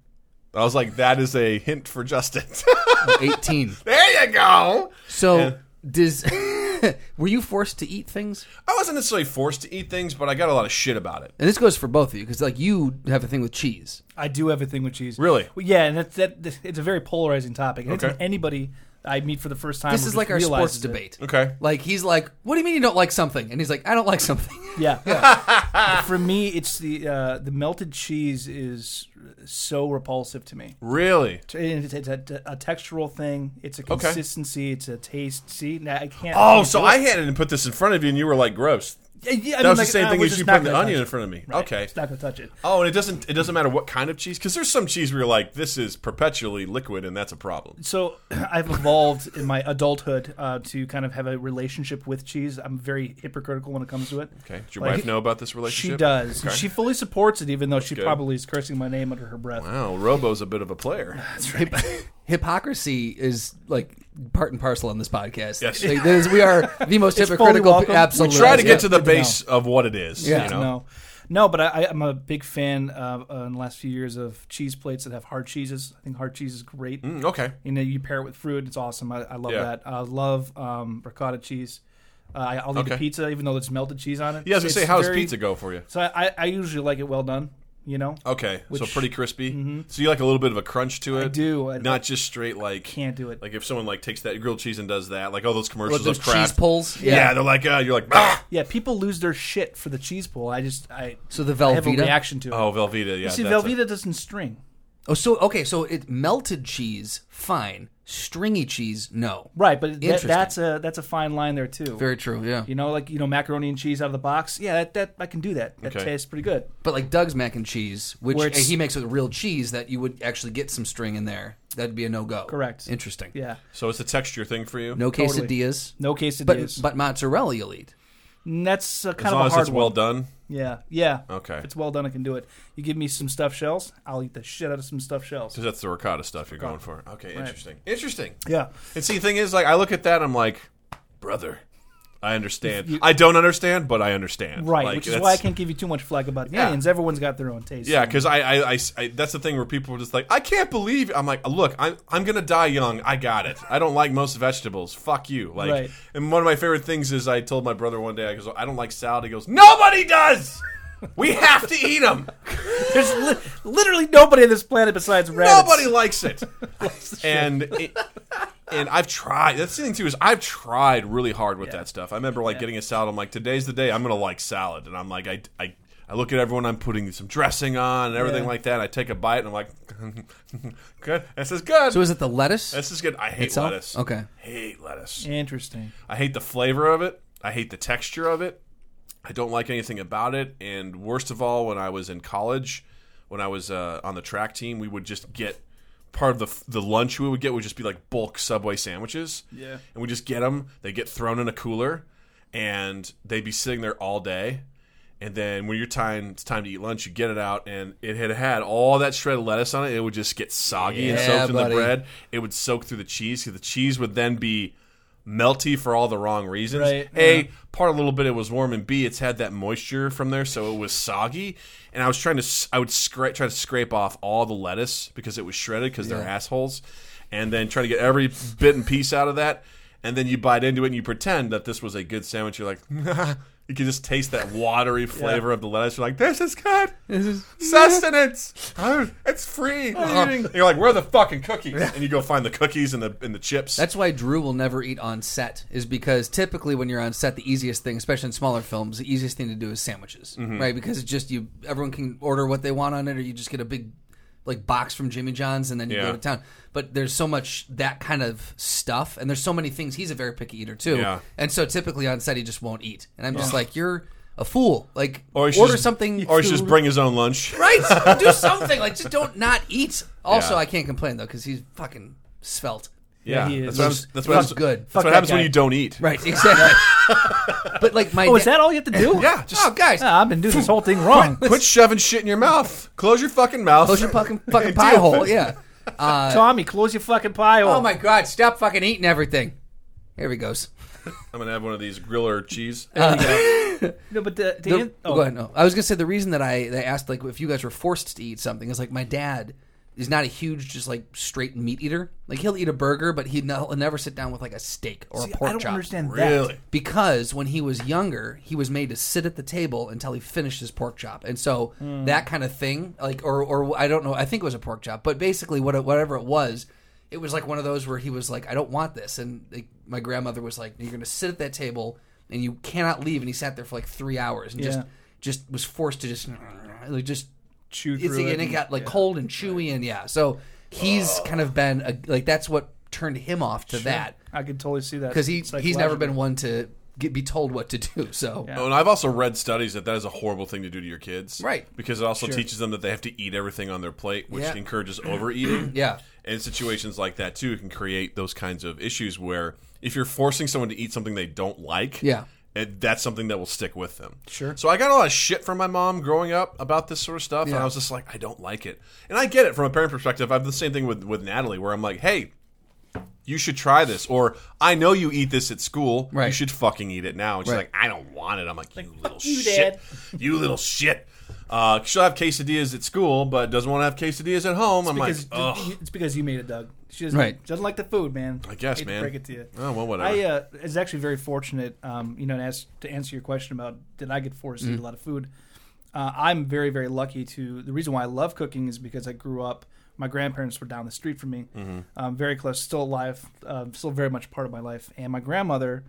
S1: i was like that is a hint for justin
S4: 18.
S1: there you go
S4: So, does were you forced to eat things?
S1: i wasn't necessarily forced to eat things but i got a lot of shit about it
S4: And this goes for both of you because like you have a thing with cheese.
S3: I do have a thing with cheese.
S1: Really?
S3: Well, yeah, and that's that. that- It's a very polarizing topic. And
S1: Okay.
S3: it's anybody I meet for the first time. or
S4: This is
S3: just
S4: like our
S3: realizes
S4: sports
S3: it.
S4: debate.
S1: okay
S4: Like he's like, "What do you mean you don't like something?" And he's like, "I don't like something."
S3: Yeah. for me, it's the uh, the melted cheese is so repulsive to me.
S1: really
S3: And It's, it's a, a textural thing. It's a consistency. It's a taste. See, now I can't.
S1: Oh,
S3: can't
S1: so
S3: do
S1: I
S3: it.
S1: had it and put this in front of you, and you were like, "Gross."
S3: Yeah, yeah, I
S1: That
S3: mean,
S1: was the
S3: like,
S1: same
S3: uh,
S1: thing
S3: we're
S1: as
S3: just
S1: you
S3: not
S1: putting the
S3: gonna touch
S1: onion
S3: it.
S1: in front of me.
S3: Right.
S1: Okay.
S3: It's not gonna touch it.
S1: Oh, and it doesn't it doesn't matter what kind of cheese because there's some cheese where you're like, "This is perpetually liquid," and that's a problem.
S3: So I've evolved in my adulthood uh, to kind of have a relationship with cheese. I'm very hypocritical when it comes to it.
S1: Okay. Did your
S3: Like-
S1: wife know about this relationship?
S3: She does.
S1: Okay.
S3: She fully supports it, even though she
S1: good.
S3: probably is cursing my name under her breath.
S1: Wow, Oh, Robo's a bit of a player.
S4: Hip- hypocrisy is like part and parcel on this podcast.
S1: Yes.
S4: Like, this- we are the most
S3: It's fully
S4: hypocritical.
S3: welcome.
S4: pe-
S3: We
S4: Absolutely,
S1: Try to
S4: Yeah.
S1: get to the base of what it is.
S4: Yeah.
S1: You know?
S3: No, no, but I, I- I'm a big fan uh, uh, in the last few years of cheese plates that have hard cheeses. I think hard cheese is great.
S1: Mm, okay.
S3: You know, you pair it with fruit. It's awesome. I, I love
S1: Yeah.
S3: that. I love um, ricotta cheese. Uh, I- I'll eat
S1: Okay.
S3: a pizza, even though there's melted cheese on it.
S1: Yeah, I was gonna
S3: It's
S1: say, how does
S3: very-
S1: pizza go Oh. for you?
S3: So I, I- I usually like it well done. You know,
S1: Okay, so
S3: Which-
S1: pretty crispy. So you like a little bit of a crunch to it.
S3: do. I-
S1: Not just straight like.
S3: can't do it.
S1: Like if someone like takes that grilled cheese and does that, like all those
S4: What,
S1: commercials
S4: those
S1: of crap.
S4: cheese pulls.
S1: yeah. they're like, uh, you're like, ah!
S3: yeah, people lose their shit for the cheese pull. I just I
S4: So the
S3: I have a
S4: Velveeta?
S3: reaction to it.
S1: oh, Velveeta. Yeah,
S3: See,
S1: that's a-
S3: Velveeta doesn't string.
S4: Oh, so okay, so it melted cheese, fine. Stringy cheese, no.
S3: Right, but that,
S4: Interesting.
S3: that's a that's a fine line there too.
S4: Very true. Yeah.
S3: You know, like you know, macaroni and cheese out of the box. Yeah, that, that I can do that. That
S1: Okay.
S3: tastes pretty good.
S4: But like Doug's mac and cheese, which
S3: Where it's-
S4: he makes with real cheese, that you would actually get some string in there. That'd be a no go.
S3: Correct.
S4: Interesting.
S3: Yeah,
S1: So it's a texture thing for you.
S4: No
S3: Totally.
S4: quesadillas,
S3: no
S4: but
S3: quesadillas.
S4: but mozzarella you'll eat.
S3: And that's uh, kind
S1: as
S3: of
S1: long
S3: a
S1: as
S3: hard
S1: it's well
S3: one.
S1: done.
S3: Yeah, yeah.
S1: Okay.
S3: If it's well done, I can do it. You give me some stuffed shells, I'll eat the shit out of some stuffed shells.
S1: Because that's the ricotta stuff you're going for. Okay, interesting. Interesting.
S3: Yeah.
S1: And see, the thing is, like, I look at that, I'm like, brother, I understand. I don't understand, but I understand.
S3: Right,
S1: Like,
S3: which is why I
S1: that's-
S3: can't give you too much flack about the
S1: Yeah.
S3: onions. Everyone's got their own taste.
S1: Yeah, because I, I, I, I, that's the thing where people are just like, I can't believe. I'm like, look, I'm, I'm gonna die young. I got it. I don't like most vegetables. Fuck you. Like,
S3: Right.
S1: and one of my favorite things is I told my brother one day, I goes, I don't like salad. He goes, nobody does. We have to eat them.
S3: There's li- literally nobody on this planet besides rabbits.
S1: Nobody likes it. and it, and I've tried. That's the thing too is I've tried really hard with that stuff. I remember like getting a salad. I'm like, today's the day I'm gonna like salad, and I'm like, I. I I look at everyone. I'm putting some dressing on and everything
S3: Yeah.
S1: like that. And I take a bite and I'm like, "Good. This is good.
S4: So is it the lettuce?
S1: this is good." I hate
S4: itself?
S1: lettuce.
S4: Okay.
S1: hate lettuce.
S3: Interesting.
S1: I hate the flavor of it. I hate the texture of it. I don't like anything about it. And worst of all, when I was in college, when I was uh, on the track team, we would just get part of the f- the lunch we would get would just be like bulk Subway sandwiches.
S3: Yeah.
S1: and we just get them. They get thrown in a cooler, and they'd be sitting there all day. And then when your time it's time to eat lunch, you get it out, and it had had all that shredded lettuce on it. It would just get soggy and
S4: Yeah,
S1: soaked in the
S4: buddy.
S1: bread. It would soak through the cheese. 'cause The cheese would then be melty for all the wrong reasons.
S3: Right,
S1: A, part a little bit it was warm, and B, it's had that moisture from there, so it was soggy. And I was trying to, s- I would scra- try to scrape off all the lettuce because it was shredded because they're assholes, and then try to get every bit and piece out of that. And then you bite into it and you pretend that this was a good sandwich. You're like, you can just taste that watery flavor of the lettuce. You're like, this is good. This is sustenance. Oh, it's free. Uh-huh. And you're like, where are the fucking cookies? And you go find the cookies and the and the chips.
S4: That's why Drew will never eat on set, is because typically when you're on set, the easiest thing, especially in smaller films, the easiest thing to do is sandwiches,
S1: Mm-hmm.
S4: right? Because it's just you, everyone can order what they want on it, or you just get a big like box from Jimmy John's and then you
S1: Yeah.
S4: go to town. But there's so much that kind of stuff, and there's so many things. He's a very picky eater too,
S1: Yeah.
S4: and so typically on set he just won't eat. And I'm just like, you're a fool. Like
S1: Or he should
S4: order
S1: just-
S4: something.
S1: or he should
S4: through-
S1: just bring his own lunch.
S4: right. Do something. Like just don't not eat. Also,
S1: Yeah.
S4: I can't complain though because he's fucking svelte.
S1: Yeah,
S3: he
S1: that's
S3: is.
S1: what happens. That's what
S4: Fuck
S1: happens.
S4: good.
S1: That's
S3: Fuck
S1: what
S3: that
S1: happens when
S3: guy.
S1: you don't eat.
S4: Right. Exactly. but like my.
S3: Oh, is
S4: da-
S3: that all you have to do?
S1: Yeah, just
S4: Oh, guys.
S3: Ah, I've been doing this whole thing wrong.
S1: quit shoving shit in your mouth. Close your fucking mouth.
S4: Close your fucking fucking
S1: Hey,
S4: pie
S1: deal.
S4: hole. Yeah.
S3: Tommy, close your fucking pie hole.
S4: Uh, Oh my god! Stop fucking eating everything. Here he goes.
S1: I'm gonna have one of these griller cheese.
S4: Uh,
S3: No, but the, the,
S4: The-
S3: an- oh,
S4: Go ahead. No, I was gonna say the reason that I, that I asked like if you guys were forced to eat something is like my dad is not a huge just like straight meat eater. Like he'll eat a burger, but he no, he'll never sit down with like a steak or
S3: See,
S4: a
S3: I
S4: pork
S3: don't
S4: chop.
S3: understand
S1: really?
S3: that.
S4: Because when he was younger, he was made to sit at the table until he finished his pork chop, and so
S3: Hmm.
S4: that kind of thing, like or or I don't know, I think it was a pork chop, but basically what it, whatever it was, it was like one of those where he was like, I don't want this, and like, my grandmother was like, You're going to sit at that table and you cannot leave, and he sat there for like three hours and just
S3: Yeah.
S4: just was forced to just like just
S3: Chew
S4: it's,
S3: through
S4: and
S3: it
S4: it
S3: and-
S4: got like cold and chewy and yeah, so he's kind of been a, like that's what turned him off to that
S3: I can totally see that
S4: because he he's never
S3: psychologically.
S4: been one to get, be told what to do. So
S1: Oh, and I've also read studies that that is a horrible thing to do to your kids,
S4: Right.
S1: Because it also teaches them that they have to eat everything on their plate, which
S4: Yeah.
S1: encourages overeating.
S4: Yeah.
S1: and in situations like that too, it can create those kinds of issues where if you're forcing someone to eat something they don't like,
S4: Yeah.
S1: it, that's something that will stick with them. Sure. So I got a lot of shit from my mom growing up about this sort of stuff, and
S4: Yeah.
S1: I was just like, I don't like it, and I get it from a parent perspective. I have the same thing with with Natalie, where I'm like, hey. You should try this, or I know you eat this at school. You
S4: Right.
S1: should fucking eat it now. And she's
S4: Right.
S1: like, I don't want it. I'm like, you little
S3: you,
S1: shit. You little shit. Uh, she'll have quesadillas at school, but doesn't want to have quesadillas at home. I'm like,
S3: because
S1: ugh.
S3: it's because you made it, Doug. She doesn't,
S4: Right.
S3: doesn't like the food, man.
S1: I guess,
S3: Hate to
S1: man.
S3: break it to you.
S1: Oh, well, whatever.
S3: I uh, is actually very fortunate. Um, you know, and as to answer your question about did I get forced
S1: Mm.
S3: to eat a lot of food, uh, I'm very very lucky. To the reason why I love cooking is because I grew up. My grandparents were down the street from me,
S1: Mm-hmm.
S3: um, very close, still alive, uh, still very much part of my life. And my grandmother,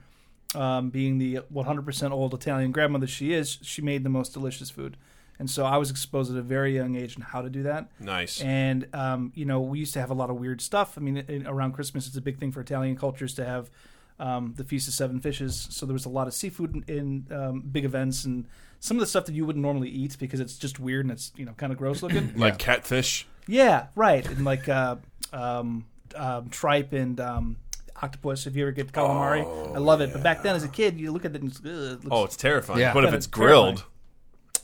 S3: um, being the 100% old Italian grandmother she is, she made the most delicious food. And so I was exposed at a very young age on how to do that.
S1: Nice.
S3: And um, you know, we used to have a lot of weird stuff. I mean, in, around Christmas, it's a big thing for Italian cultures to have um, the Feast of Seven Fishes. So there was a lot of seafood in, in um, big events and some of the stuff that you wouldn't normally eat because it's just weird and it's you know kind of gross looking.
S1: like catfish.
S3: yeah, right. And like uh, um, um, tripe and. Um, Octopus, if you ever get calamari, I love it. But back then, as a kid, you look at it and it's, "Ugh, it looks
S1: Oh, it's terrifying.
S4: Yeah.
S1: But if
S3: Yeah,
S1: it's
S3: it's terrifying.
S1: grilled,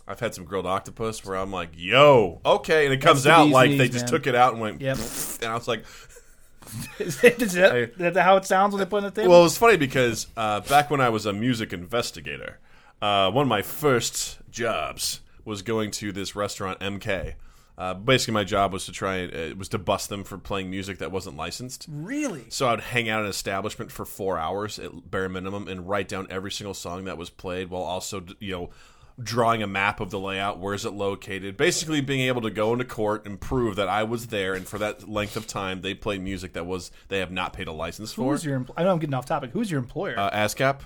S1: I've had some grilled octopus where I'm like, yo, okay. And it comes
S3: the
S1: out
S3: bee's
S1: like
S3: knees,
S1: they just
S3: man.
S1: took it out and went,
S3: Yep.
S1: "Pfft," and I was like,
S3: Is that, is that, is that how it sounds when they put it on the table?
S1: Well, it was funny because uh, back when I was a music investigator, uh, one of my first jobs was going to this restaurant MK. Uh, basically, my job was to try and uh, was to bust them for playing music that wasn't licensed.
S3: really?
S1: So I'd hang out in an establishment for four hours at bare minimum and write down every single song that was played while also, d- you know, drawing a map of the layout, where's it located, basically being able to go into court and prove that I was there and for that length of time they played music that was they have not paid a license for.
S3: Who's your? Empl- I know I'm getting off topic. Who's your employer?
S1: uh, ASCAP?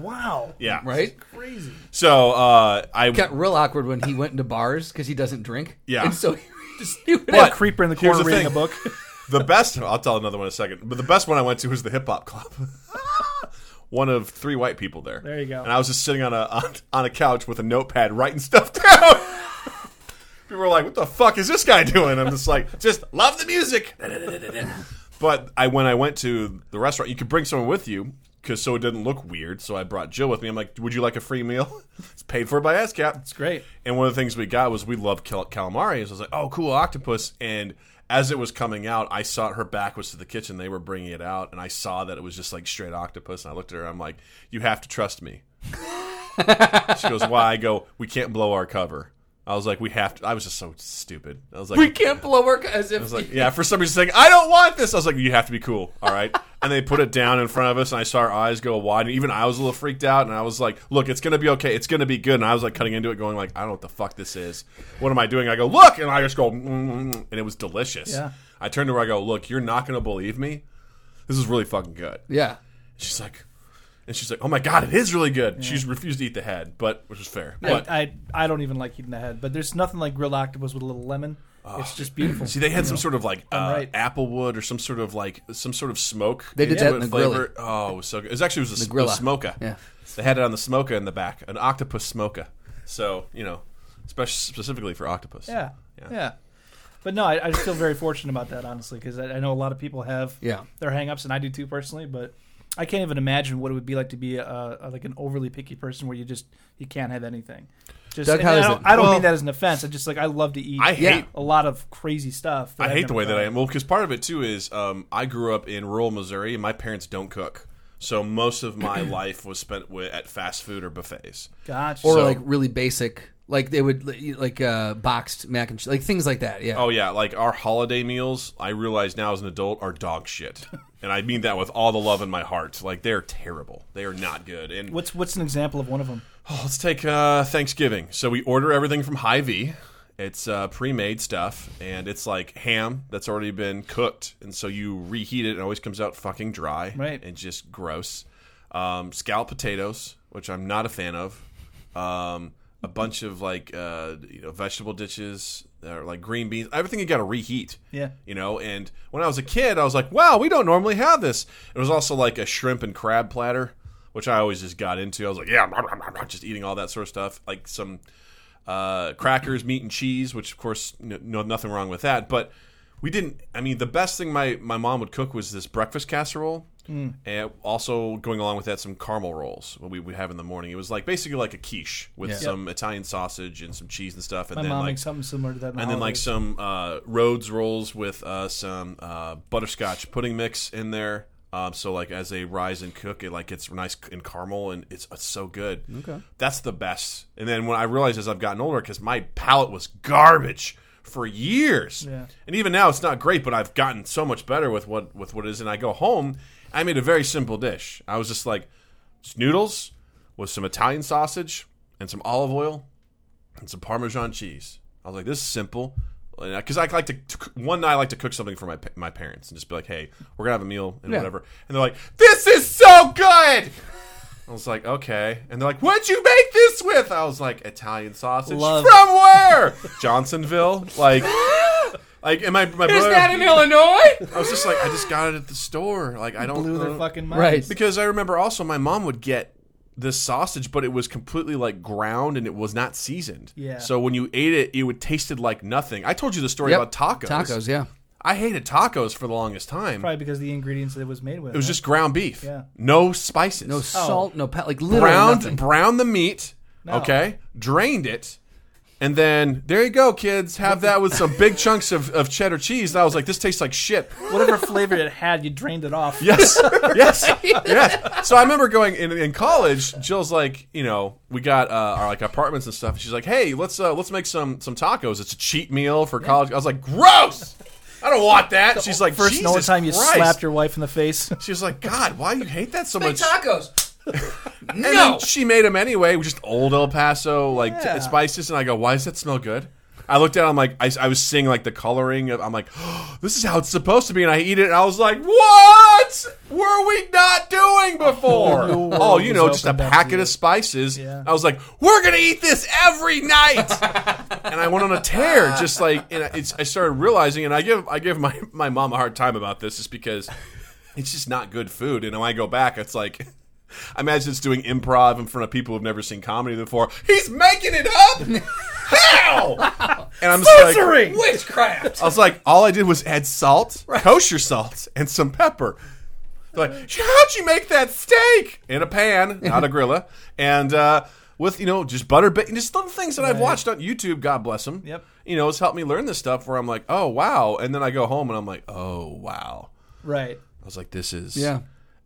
S3: wow.
S1: Yeah.
S4: right,
S3: Crazy.
S1: So uh, I
S4: got real awkward when he went into bars because he doesn't drink.
S1: Yeah.
S4: and so just he would
S1: But
S3: a creeper in the
S1: here's
S3: corner
S1: the
S3: reading
S1: thing.
S3: a book.
S1: the best. I'll tell another one in a second. But the best one I went to was the hip hop club. one of three white people there.
S3: There you go.
S1: And I was just sitting on a on, on a couch with a notepad writing stuff down. People were like, "What the fuck is this guy doing?" I'm just like, "Just love the music." But I when I went to the restaurant, you could bring someone with you because so it didn't look weird. So I brought Jill with me. I'm like, "Would you like a free meal? It's paid for by ASCAP. It's
S3: great.
S1: And one of the things we got was we love cal- calamari. So I was like, "Oh, cool octopus!" And as it was coming out, I saw her back was to the kitchen. They were bringing it out, and I saw that it was just like straight octopus. And I looked at her. I'm like, "You have to trust me." she goes, "Why?" I go, "We can't blow our cover." I was like, "We have to." I was just so stupid. I was like,
S4: we can't blow work as if
S1: I was like, yeah, for some reason, saying, I don't want this. I was like, you have to be cool, all right? And they put it down in front of us, and I saw our eyes go wide, and even I was a little freaked out, and I was like, look, it's going to be okay. It's going to be good. And I was like cutting into it, going like, I don't know what the fuck this is. What am I doing? I go, look, and I just go, mm, and it was delicious.
S3: Yeah.
S1: I turned to her, I go, look, you're not going to believe me. This is really fucking good.
S4: yeah.
S1: She's like, and she's like, oh my God, it is really good. She's refused to eat the head, but, which is fair. But
S3: I, I I don't even like eating the head, but there's nothing like grilled octopus with a little lemon. it's just beautiful.
S1: See, they had some sort of like uh,
S3: right.
S1: applewood or some sort of like some sort of smoke.
S4: They did
S1: into
S4: that
S1: it
S4: in the
S1: flavor. Oh, it was so good. It was actually it was a, s- a
S4: grilla.
S1: smoker.
S4: Yeah.
S1: they had it on the smoker in the back, an octopus smoker. So you know, spec- specifically for octopus.
S3: Yeah,
S1: Yeah.
S3: yeah. But no, I, I feel very fortunate about that, honestly, because I, I know a lot of people have
S4: Yeah.
S3: their hangups, and I do too personally. But I can't even imagine what it would be like to be a, a, like an overly picky person where you just you can't have anything. Just,
S4: Doug,
S3: and
S4: how
S3: I
S4: is
S3: don't,
S4: it?
S3: I don't
S1: Well-
S3: mean that as an offense. I just like I love to eat.
S1: I hate-
S3: a lot of crazy stuff.
S1: I
S3: I've
S1: hate the
S3: never
S1: way that
S3: tried.
S1: I am. Well, because part of it too is um, I grew up in rural Missouri, and my parents don't cook, so most of my life was spent with, at fast food or buffets.
S3: Gotcha.
S4: or
S1: So-
S4: like really basic, like they would li- like uh, boxed mac and cheese, like things like that. Yeah.
S1: Oh yeah, like our holiday meals. I realize now as an adult are dog shit, and I mean that with all the love in my heart. Like they're terrible. They are not good. And
S3: what's what's an example of one of them?
S1: oh, let's take uh, Thanksgiving. So we order everything from Hy-Vee. It's uh, pre-made stuff, and it's like ham that's already been cooked, and so you reheat it. and It always comes out fucking dry,
S3: Right.
S1: And just gross. Um, scalloped potatoes, which I'm not a fan of. Um, a bunch of like uh, you know vegetable dishes, or like green beans. Everything you got to reheat.
S3: Yeah.
S1: You know, and when I was a kid, I was like, wow, we don't normally have this. It was also like a shrimp and crab platter, which I always just got into. I was like, yeah, rah, rah, rah, rah, just eating all that sort of stuff. Like some uh, crackers, meat and cheese, which of course, no, no, nothing wrong with that. But we didn't, I mean, the best thing my, my mom would cook was this breakfast casserole.
S3: Mm.
S1: And also going along with that, some caramel rolls what we would have in the morning. It was like basically like a quiche with some Italian sausage and some cheese and stuff. And
S3: My
S1: then
S3: mom
S1: like,
S3: makes something similar to that. in the
S1: and then like
S3: holidays.
S1: some uh, Rhodes rolls with uh, some uh, butterscotch pudding mix in there. Um, so like as they rise and cook, it like it's nice and caramel, and it's, it's so good. Okay, that's the best. And then when I realized as I've gotten older, because my palate was garbage for years,
S3: Yeah.
S1: and even now it's not great, but I've gotten so much better with what with what it is. And I go home, I made a very simple dish. I was just like just noodles with some Italian sausage and some olive oil and some Parmesan cheese. I was like, this is simple. Because I like to one night I like to cook something for my pa- my parents and just be like, hey, we're gonna have a meal and
S4: Yeah.
S1: whatever. And they're like, this is so good. I was like, okay. And they're like, what'd you make this with? I was like, Italian sausage
S3: Love.
S1: from where? Johnsonville. Like, like, and my my brother.
S4: Illinois?
S1: I was just like, I just got it at the store. Like, I don't.
S3: blew their
S1: uh,
S3: fucking minds.
S4: right.
S1: because I remember also my mom would get this sausage, but it was completely like ground and it was not seasoned.
S3: Yeah.
S1: So when you ate it, it would tasted like nothing. I told you the story
S4: Yep.
S1: about tacos.
S4: Tacos. Yeah.
S1: I hated tacos for the longest time.
S3: Probably because of the ingredients that it was made with.
S1: It was just ground beef.
S3: Yeah.
S1: No spices.
S4: No salt. No pa- like literally
S1: browned
S4: nothing.
S1: browned the meat. Okay. Drained it. And then there you go, kids. Have that with some big chunks of, of cheddar cheese. And I was like, this tastes like shit.
S3: whatever flavor it had, you drained it off.
S1: Yes, yes, yes. So I remember going in, in college. Jill's like, you know, we got uh, our like apartments and stuff. And she's like, hey, let's uh, let's make some some tacos. It's a cheat meal for college. I was like, gross. I don't want that. She's like,
S3: First and only
S1: Jesus
S3: time you
S1: Christ.
S3: slapped your wife in the face.
S1: She's like, God, why you hate that so much?
S4: tacos.
S1: And then she made them anyway. with Just old El Paso like t-
S3: Yeah.
S1: spices. And I go, why does that smell good? I looked at it, I'm like, I, I was seeing like the coloring of, I'm like, this is how it's supposed to be. And I eat it and I was like, what were we not doing before?
S3: The whole
S1: oh,
S3: world
S1: you
S3: was
S1: know, just a
S3: opened up to
S1: packet
S3: you.
S1: of spices.
S3: Yeah.
S1: I was like, we're going to eat this every night. and I went on a tear just like, and I- it's, I started realizing, and I give, I give my, my mom a hard time about this just because it's just not good food. And when I go back, it's like, I imagine it's doing improv in front of people who've never seen comedy before. He's making it up. How? And I'm just like,
S3: Censoring!
S4: Witchcraft.
S1: I was like, all I did was add salt, kosher salt, and some pepper. They're like, how'd you make that steak in a pan, not a grilla, and uh, with you know just butter, but and just little things that I've watched on YouTube. God bless them.
S3: Yep.
S1: You know, it's helped me learn this stuff where I'm like, oh wow, and then I go home and I'm like, oh wow.
S3: Right.
S1: I was like, this is
S4: Yeah.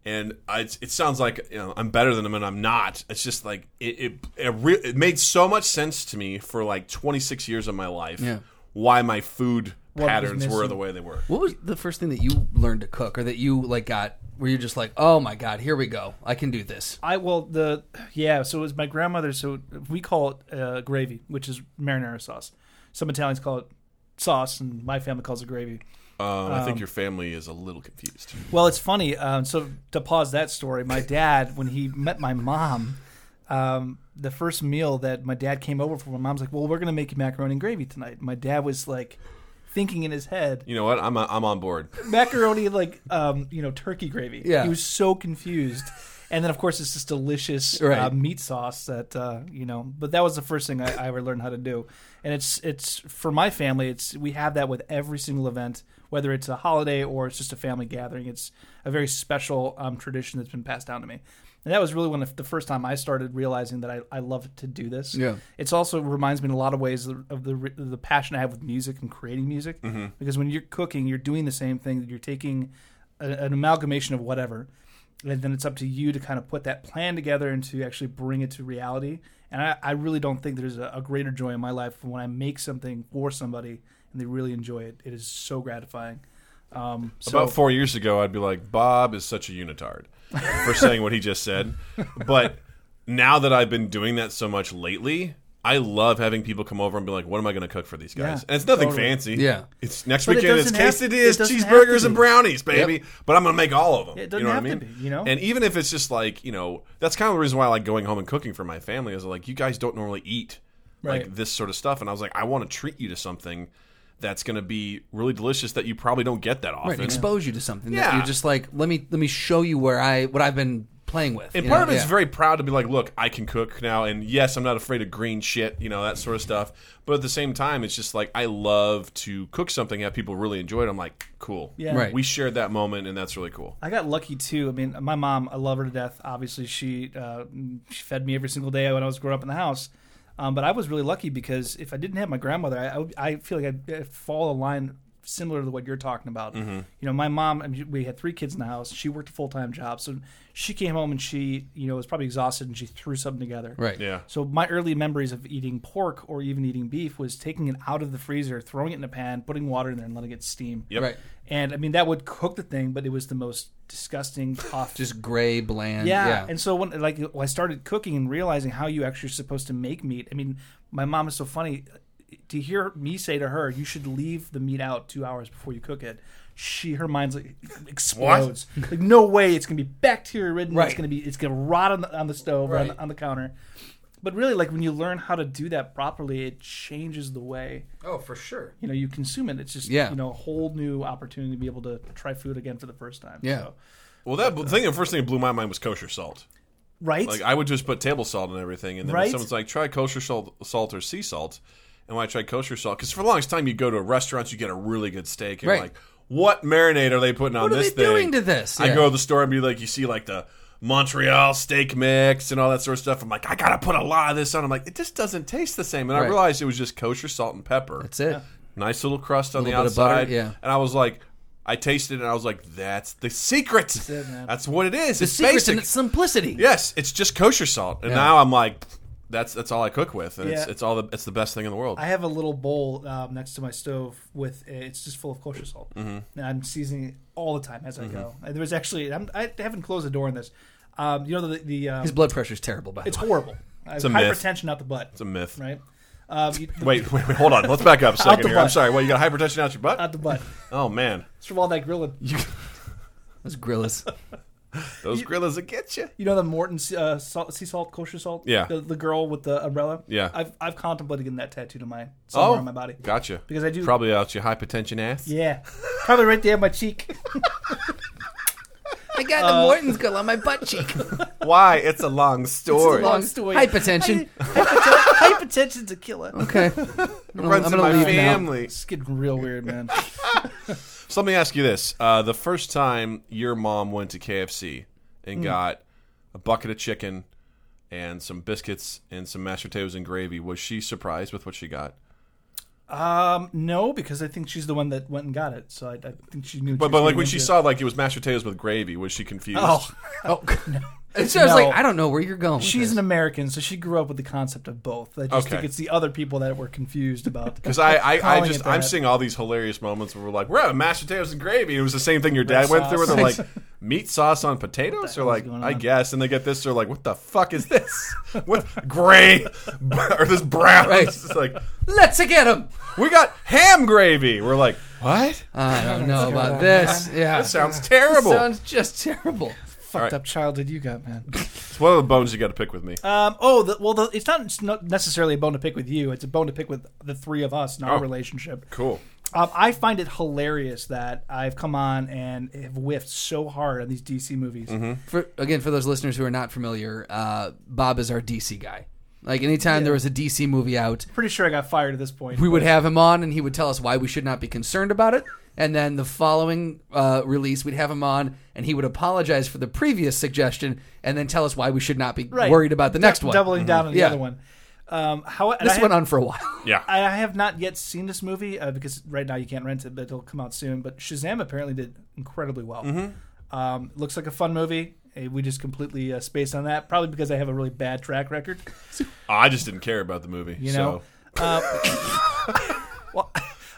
S1: and I, it's- it sounds like you know, I'm better than him, and I'm not. It's just like it it, it, re- it made so much sense to me for like 26 years of my life.
S4: Yeah.
S1: Why my food
S3: was
S1: patterns were
S3: missing.
S1: the way they were.
S4: What was the first thing that you learned to cook, or that you like got? Where you're just like, oh my god, here we go. I can do this.
S3: I well the yeah. So it was my grandmother. So we call it uh, gravy, which is marinara sauce. Some Italians call it sauce, and my family calls it gravy.
S1: Um, I think your family is a little confused.
S3: Well, it's funny. Um, so to pause that story, my dad, when he met my mom, um, the first meal that my dad came over for, my mom's like, "Well, we're gonna make you macaroni and gravy tonight." My dad was like, thinking in his head.
S1: You know what? I'm I'm on board.
S3: Macaroni like um, you know turkey gravy.
S4: Yeah.
S3: he was so confused. And then of course it's this delicious uh,
S4: Right.
S3: meat sauce that uh, you know. But that was the first thing I, I ever learned how to do. And it's it's for my family. It's we have that with every single event, whether it's a holiday or it's just a family gathering. It's a very special um, tradition that's been passed down to me. And that was really when the, the first time I started realizing that I, I love to do this.
S4: Yeah.
S3: It's also reminds me in a lot of ways of the the passion I have with music and creating music. Because when you're cooking, you're doing the same thing. You're taking a, an amalgamation of whatever, and then it's up to you to kind of put that plan together and to actually bring it to reality. And I, I really don't think there's a, a greater joy in my life when I make something for somebody and they really enjoy it. It is so gratifying. Um, so
S1: About four years ago, I'd be like, Bob is such a unitard for saying what he just said. But now that I've been doing that so much lately, I love having people come over and be like, "What am I going to cook for these guys?"
S3: Yeah,
S1: and it's nothing
S3: totally.
S1: fancy.
S4: Yeah.
S1: it's next
S3: But it
S1: weekend. It's
S3: doesn't have-
S1: quesadillas,
S3: it doesn't have to
S1: cheeseburgers,
S3: be.
S1: and brownies, baby. But I'm going to make all of them.
S3: Yeah, it doesn't
S1: you know
S3: have
S1: what I
S3: to
S1: mean?
S3: be, you know?
S1: And even if it's just like you know, that's kind of the reason why I like going home and cooking for my family is like you guys don't normally eat like
S3: Right.
S1: this sort of stuff, and I was like, I want to treat you to something. That's going to be really delicious that you probably don't get that often.
S4: Right, expose you to something that
S1: Yeah.
S4: you're just like, let me let me show you where I what I've been playing with.
S1: And
S4: you
S1: part
S4: know?
S1: of it's
S4: Yeah.
S1: very proud to be like, look, I can cook now, and yes, I'm not afraid of green shit, you know, that sort of stuff. But at the same time, it's just like I love to cook something, have people really enjoy it. I'm like, cool,
S3: Yeah.
S4: Right.
S1: We shared that moment, and that's really cool.
S3: I got lucky too. I mean, my mom, I love her to death. Obviously, she uh, she fed me every single day when I was growing up in the house. Um, but I was really lucky because if I didn't have my grandmother, I, I, would- I feel like I'd, I'd fall a line similar to what you're talking about. You know, my mom, I mean, we had three kids in the house. She worked a full time job, so she came home and she, you know, was probably exhausted and she threw something together.
S4: right.
S1: Yeah,
S3: So my early memories of eating pork or even eating beef was taking it out of the freezer, throwing it in a pan, putting water in there, and letting it steam.
S1: Yep.
S4: Right.
S3: And I mean, that would cook the thing, but it was the most disgusting, tough.
S4: Just gray, bland.
S3: yeah.
S4: Yeah.
S3: And so when like when I started cooking and realizing how you actually are supposed to make meat. I mean, my mom is so funny. To hear me say to her, "You should leave the meat out two hours before you cook it," she her mind's like explodes. Like no way, it's gonna be bacteria ridden. It's
S4: Right.
S3: gonna be it's gonna rot on the on the stove or on
S4: Right.
S3: the, on the counter. But really, like when you learn how to do that properly, it changes the way
S4: oh, for sure.
S3: you know you consume it it's just
S4: Yeah.
S3: you know a whole new opportunity to be able to try food again for the first time
S4: Yeah.
S3: So-
S1: Well, that the thing, the first thing that blew my mind was kosher salt.
S3: right
S1: Like I would just put table salt and everything, and then when
S3: Right.
S1: someone's like, try kosher salt, salt or sea salt, and when I tried kosher salt, because for the longest time you go to a restaurant, you get a really good steak, and
S4: Right.
S1: like, what marinade are they putting on
S4: What are
S1: this
S4: they
S1: thing?
S4: doing to this?
S1: I
S4: Yeah.
S1: go to the store and be like, you see like the Montreal steak mix and all that sort of stuff. I'm like, I gotta put a lot of this on. I'm like, it just doesn't taste the same, and I
S4: Right.
S1: realized it was just kosher salt and pepper.
S4: That's it.
S1: Nice little crust on the
S4: little bit of
S1: outside.
S4: butter, yeah.
S1: And I was like, I tasted it and I was like, that's the secret. That's,
S3: it, man.
S1: what it is.
S4: The
S1: it's
S4: secret's
S1: basic.
S4: in its simplicity.
S1: Yes, it's just kosher salt, and
S4: Yeah.
S1: now I'm like, that's that's all I cook with, and it's,
S3: Yeah.
S1: it's all the it's the best thing in the world.
S3: i have a little bowl um, next to my stove with it's just full of kosher salt
S1: Mm-hmm.
S3: and i'm seasoning it all the time as i go and there was actually I'm, i haven't closed the door on this um, you know the, the um,
S4: His blood pressure's terrible. By the
S3: it's
S4: way.
S3: horrible it's
S1: a myth.
S3: hypertension out the butt
S1: it's a myth.
S3: right um, you- the-
S1: Wait, wait, wait, hold on. Let's back up a
S3: the
S1: second here. I'm
S3: butt.
S1: sorry. What you got hypertension out your butt?
S3: out the butt
S1: Oh man,
S3: it's from all that grilling
S4: Those grillas.
S1: those grillers will get you.
S3: You know the Morton uh, salt, sea salt, kosher salt.
S1: Yeah.
S3: the, the girl with the umbrella.
S1: Yeah.
S3: I've I've contemplated getting that tattooed on
S4: Oh.
S3: my somewhere on my body.
S1: Oh, gotcha.
S3: Because I do-
S1: probably out your hypertension ass.
S3: Yeah, probably right there on my cheek.
S4: I got the Morton's grill on my butt cheek.
S1: Why? It's a long story.
S3: long story.
S4: Hypertension.
S3: Hypertension's a killer.
S4: Okay.
S1: Runs
S4: I'm
S1: in
S4: gonna
S1: my
S4: leave now.
S1: family.
S3: It's getting real weird, man.
S1: So let me ask you this: uh, the first time your mom went to KFC
S3: Mm.
S1: and got a bucket of chicken and some biscuits and some mashed potatoes and gravy, was she surprised with what she got?
S3: Um, no, because I think she's the one that went and got it, so I, I think she knew.
S1: But, but like when she saw like it was mashed potatoes with gravy, was she confused?
S3: oh,
S4: Oh. And so I was
S3: No.
S4: like, I don't know where you're going. with
S3: she's
S4: this.
S3: an American, so she grew up with the concept of both. I just
S1: Okay.
S3: think it's the other people that were confused about.
S1: Because I, I, I
S3: Calling
S1: just
S3: it
S1: I'm
S3: that.
S1: seeing all these hilarious moments where we're like we're having mashed potatoes and gravy. and It was the same thing your dad went through. Where they're
S3: sauce.
S1: like meat sauce on potatoes. They're like
S3: going
S1: I
S3: on?
S1: guess, and they get this. They're like what the fuck is this? what gray or this brown?
S4: Right.
S1: It's just like
S4: Let's get him.
S1: we got ham gravy. We're like what?
S4: I don't know about this. Yeah.
S1: That sounds terrible.
S4: Sounds just terrible.
S3: fucked up childhood you got, man.
S1: it's one of the bones you got to pick with me.
S3: Um, oh, the, well, the, it's not it's not necessarily a bone to pick with you. It's a bone to pick with the three of us in our
S1: Oh.
S3: relationship.
S1: cool.
S3: Um, I find it hilarious that I've come on and have whiffed so hard on these DC movies.
S4: For, again, for those listeners who are not familiar, uh, Bob is our DC guy. Like anytime there was a DC movie out,
S3: Pretty sure I got fired at this point.
S4: we would have him on and he would tell us why we should not be concerned about it. And then the following uh, release, we'd have him on and he would apologize for the previous suggestion and then tell us why we should not be
S3: Right.
S4: worried about the
S3: Du-
S4: next one. Mm-hmm.
S3: doubling down on the
S4: Yeah.
S3: other one. Um, how and I
S4: This
S3: have-
S4: went on for a while.
S1: Yeah.
S3: I I have not yet seen this movie uh, because right now you can't rent it, but it'll come out soon. But Shazam apparently did incredibly well. Um, looks like a fun movie. Eh, We just completely uh, spaced on that, probably because I have a really bad track record.
S1: I just didn't care about the movie.
S3: You know, well,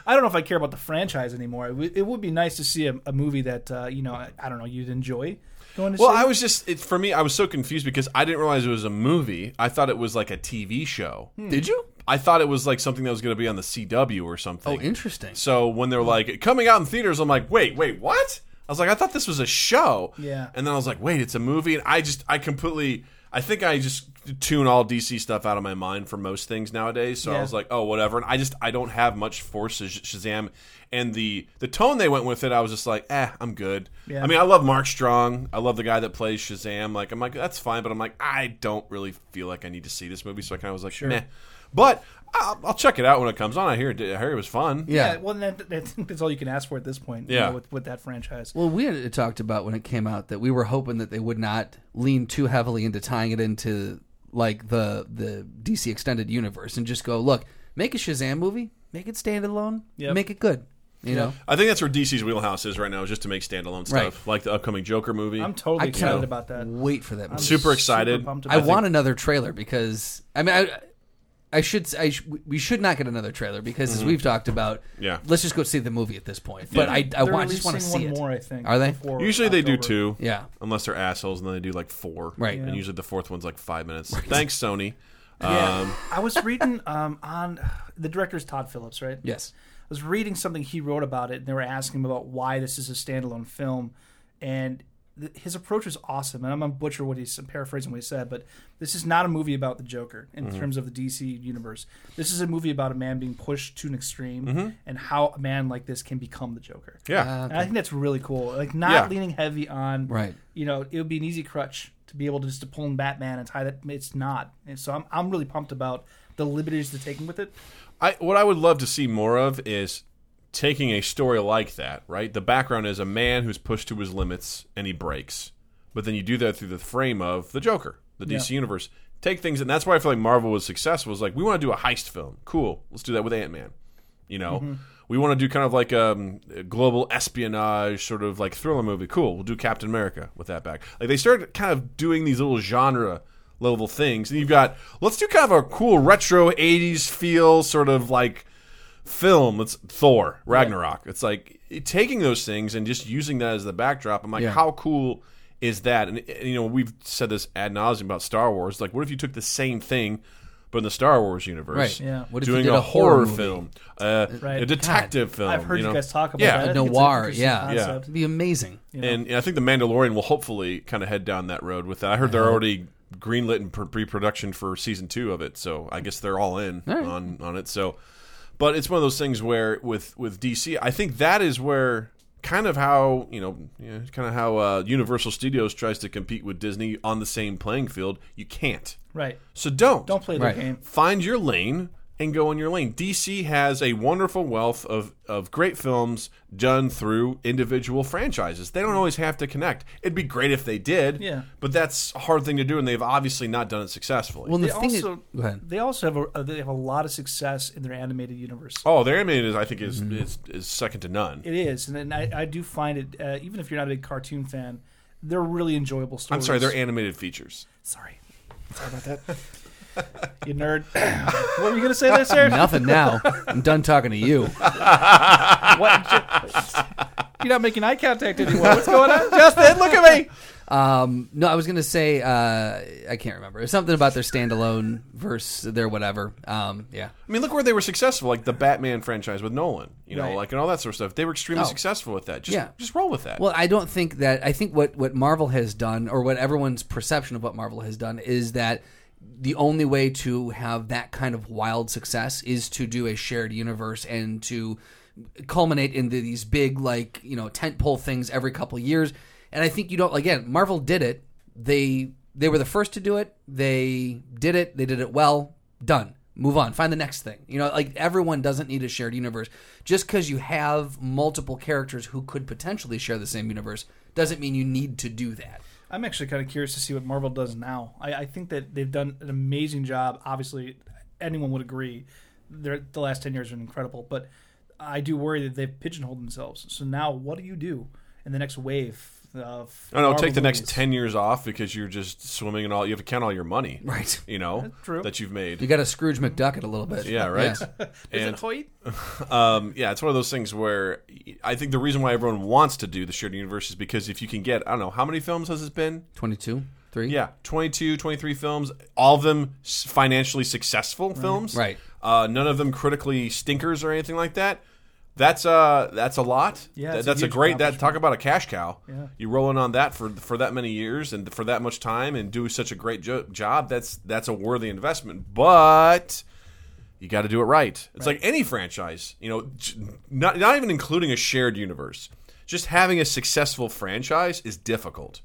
S3: I don't know if I care about the franchise anymore. It, w- it would be nice to see a, a movie that uh, you know I, I don't know you'd enjoy going to
S1: Well,
S3: see.
S1: I was just it, for me. I was so confused because I didn't realize it was a movie. I thought it was like a TV show.
S4: Did you?
S1: I thought it was like something that was going to be on the CW or something.
S4: Oh, interesting.
S1: So when they're like coming out in theaters, I'm like, wait, wait, what? I was like, I thought this was a show.
S3: Yeah.
S1: And then I was like, wait, it's a movie. And I just, I completely, I think I just tune all DC stuff out of my mind for most things nowadays. So I
S3: Yeah.
S1: was like, oh, whatever. And I just, I don't have much force to Sh- Shazam. And the the tone they went with it, I was just like, eh, I'm good.
S3: Yeah.
S1: I mean, I love Mark Strong. I love the guy that plays Shazam. Like, I'm like, that's fine. But I'm like, I don't really feel like I need to see this movie. So I kind of was like, meh. But I'll, I'll check it out when it comes on. I hear it, I hear it was fun.
S4: Yeah.
S3: well, that, that, that's all you can ask for at this point. you
S1: Yeah.
S3: know, with with that franchise.
S4: Well, we had talked about when it came out that we were hoping that they would not lean too heavily into tying it into like the the DC extended universe and just go, look, make a Shazam movie, make it standalone,
S3: Yep.
S4: make it good. You know,
S1: I think that's where DC's wheelhouse is right now, is just to make standalone stuff,
S4: Right.
S1: like the upcoming Joker movie.
S3: I'm totally
S4: I
S3: excited
S4: can't
S3: about that.
S4: wait for that. Movie.
S1: super excited.
S3: Super pumped
S4: I,
S3: about it.
S4: want another trailer because I mean I I should I sh- we should not get another trailer because as we've talked about
S1: Yeah.
S4: let's just go see the movie at this point but I I
S3: They're
S4: want, just want to
S3: releasing
S4: see
S3: one
S4: it
S3: more. I think.
S4: Are they?
S3: before
S1: usually they do two,
S3: October.
S4: yeah
S1: unless they're assholes, and then they do like four,
S4: Right. Uh, Yeah.
S1: And usually the fourth one's like five minutes. Thanks, Sony.
S3: Yeah.
S1: Um,
S3: I was reading um, on the director's Todd Phillips, right?
S4: yes
S3: I was reading something he wrote about it, and they were asking him about why this is a standalone film, and th- his approach was awesome. And I'm gonna butcher what he's I'm paraphrasing what he said, but this is not a movie about the Joker in terms of the DC universe. This is a movie about a man being pushed to an extreme and how a man like this can become the Joker.
S4: uh,
S1: yeah,
S3: And I think that's really cool. Like not
S1: Yeah.
S3: leaning heavy on
S4: Right.
S3: You know, it would be an easy crutch to be able to just to pull in Batman and tie that. It's not, and so I'm I'm really pumped about the liberties they're taking with it.
S1: I what I would love to see more of is taking a story like that. Right, the background is a man who's pushed to his limits and he breaks, but then you do that through the frame of the Joker, the DC universe. Take things, and that's why I feel like Marvel was successful. Was like we want to do a heist film, cool. Let's do that with Ant Man. You know,
S4: Mm-hmm.
S1: we want to do kind of like um, a global espionage sort of like thriller movie. Cool, we'll do Captain America with that back. Like they started kind of doing these little genre level things, and you've got let's do kind of a cool retro '80s feel sort of like film. It's Thor Ragnarok. It's like taking those things and just using that as the backdrop. I'm like,
S4: Yeah.
S1: how cool is that? And, and, you know, we've said this ad nauseum about Star Wars. Like, what if you took the same thing? But in the Star Wars universe,
S4: Right. Yeah. What if you
S1: doing
S4: did
S1: a,
S4: a
S1: horror
S4: horror movie?
S1: film, uh,
S3: Right.
S1: a detective
S4: Oh,
S1: film.
S3: I've heard you,
S1: know?
S3: guys talk about
S1: yeah.
S3: that. I
S1: And,
S3: think it's an
S4: noir,
S3: interesting
S4: yeah.
S1: Yeah.
S3: concept.
S4: it'd be amazing
S1: and I think the Mandalorian will hopefully kind of head down that road with that. I heard
S3: Uh-huh.
S1: they're already greenlit and pre-production for season two of it, so I guess they're all in on on it. So, but it's one of those things where with with DC, I think that is where kind of how you know, you know, kind of how uh, Universal Studios tries to compete with Disney on the same playing field. You can't,
S3: Right.
S1: so
S3: Don't play the
S4: Right.
S3: game.
S1: find your lane and go in your lane. DC has a wonderful wealth of, of great films done through individual franchises. They don't always have to connect. It'd be great if they did,
S3: Yeah.
S1: but that's a hard thing to do, and they've obviously not done it successfully.
S4: well
S3: They
S4: the thing
S3: also
S4: is go ahead
S3: they also have a uh, they have a lot of success in their animated universe.
S1: oh, their animated is, I think, is,
S4: Mm-hmm.
S1: is, is second to none.
S3: It is, and then I, I do find it uh, even if you're not a big cartoon fan, they're really enjoyable stories.
S1: I'm sorry, they're animated features.
S3: Sorry. Sorry about that. you nerd. what were you gonna say there, Sarah?
S4: nothing now I'm done talking to you
S3: What? You're not making eye contact anymore. What's going on, Justin? Look at me.
S4: Um, no, I was gonna say uh, I can't remember. It was something about their standalone versus their whatever. Um, yeah,
S1: I mean, look where they were successful, like the Batman franchise with Nolan, you know,
S3: Right.
S1: like and all that sort of stuff. They were extremely
S4: Oh.
S1: successful with that. Just,
S4: Yeah.
S1: just roll with that.
S4: Well, I don't think that. I think what what Marvel has done, or what everyone's perception of what Marvel has done, is that the only way to have that kind of wild success is to do a shared universe and to culminate into these big like you know tentpole things every couple years. And I think you don't again. Marvel did it. They they were the first to do it. They did it. They did it well. Done. Move on. Find the next thing. You know, like everyone doesn't need a shared universe. Just because you have multiple characters who could potentially share the same universe doesn't mean you need to do that.
S3: I'm actually kind of curious to see what Marvel does now. I, I think that they've done an amazing job. Obviously, anyone would agree. Their, the last 10 years have been incredible, but I do worry that they've pigeonholed themselves. So now, what do you do in the next wave? Of
S1: I don't know. Oh, Take
S3: Marvel
S1: the next
S3: movies?
S1: ten years off because you're just swimming in all. You have to count all your money,
S4: Right.
S1: You know,
S3: true.
S1: that you've made.
S4: You got to Scrooge McDuck it a little bit.
S1: yeah, right.
S3: Is
S1: and-
S3: it Hoyt?
S1: Um, yeah, it's one of those things where I think the reason why everyone wants to do the shared universe is because if you can get, I don't know, how many films has it been?
S4: Twenty-two, three.
S1: Yeah, 22, 23 films, all of them s- financially successful films.
S4: Right.
S1: Uh, none of them critically stinkers or anything like that. That's uh that's a lot.
S3: Yeah,
S1: That-
S3: it's a
S1: that's a,
S3: huge
S1: great that talk about a cash cow.
S3: Yeah.
S1: You rolling on that for for that many years and for that much time and do such a great jo- job. That's that's a worthy investment. But you got to do it right. It's like any franchise, you know, j- not not even including a shared universe. Just having a successful franchise is difficult.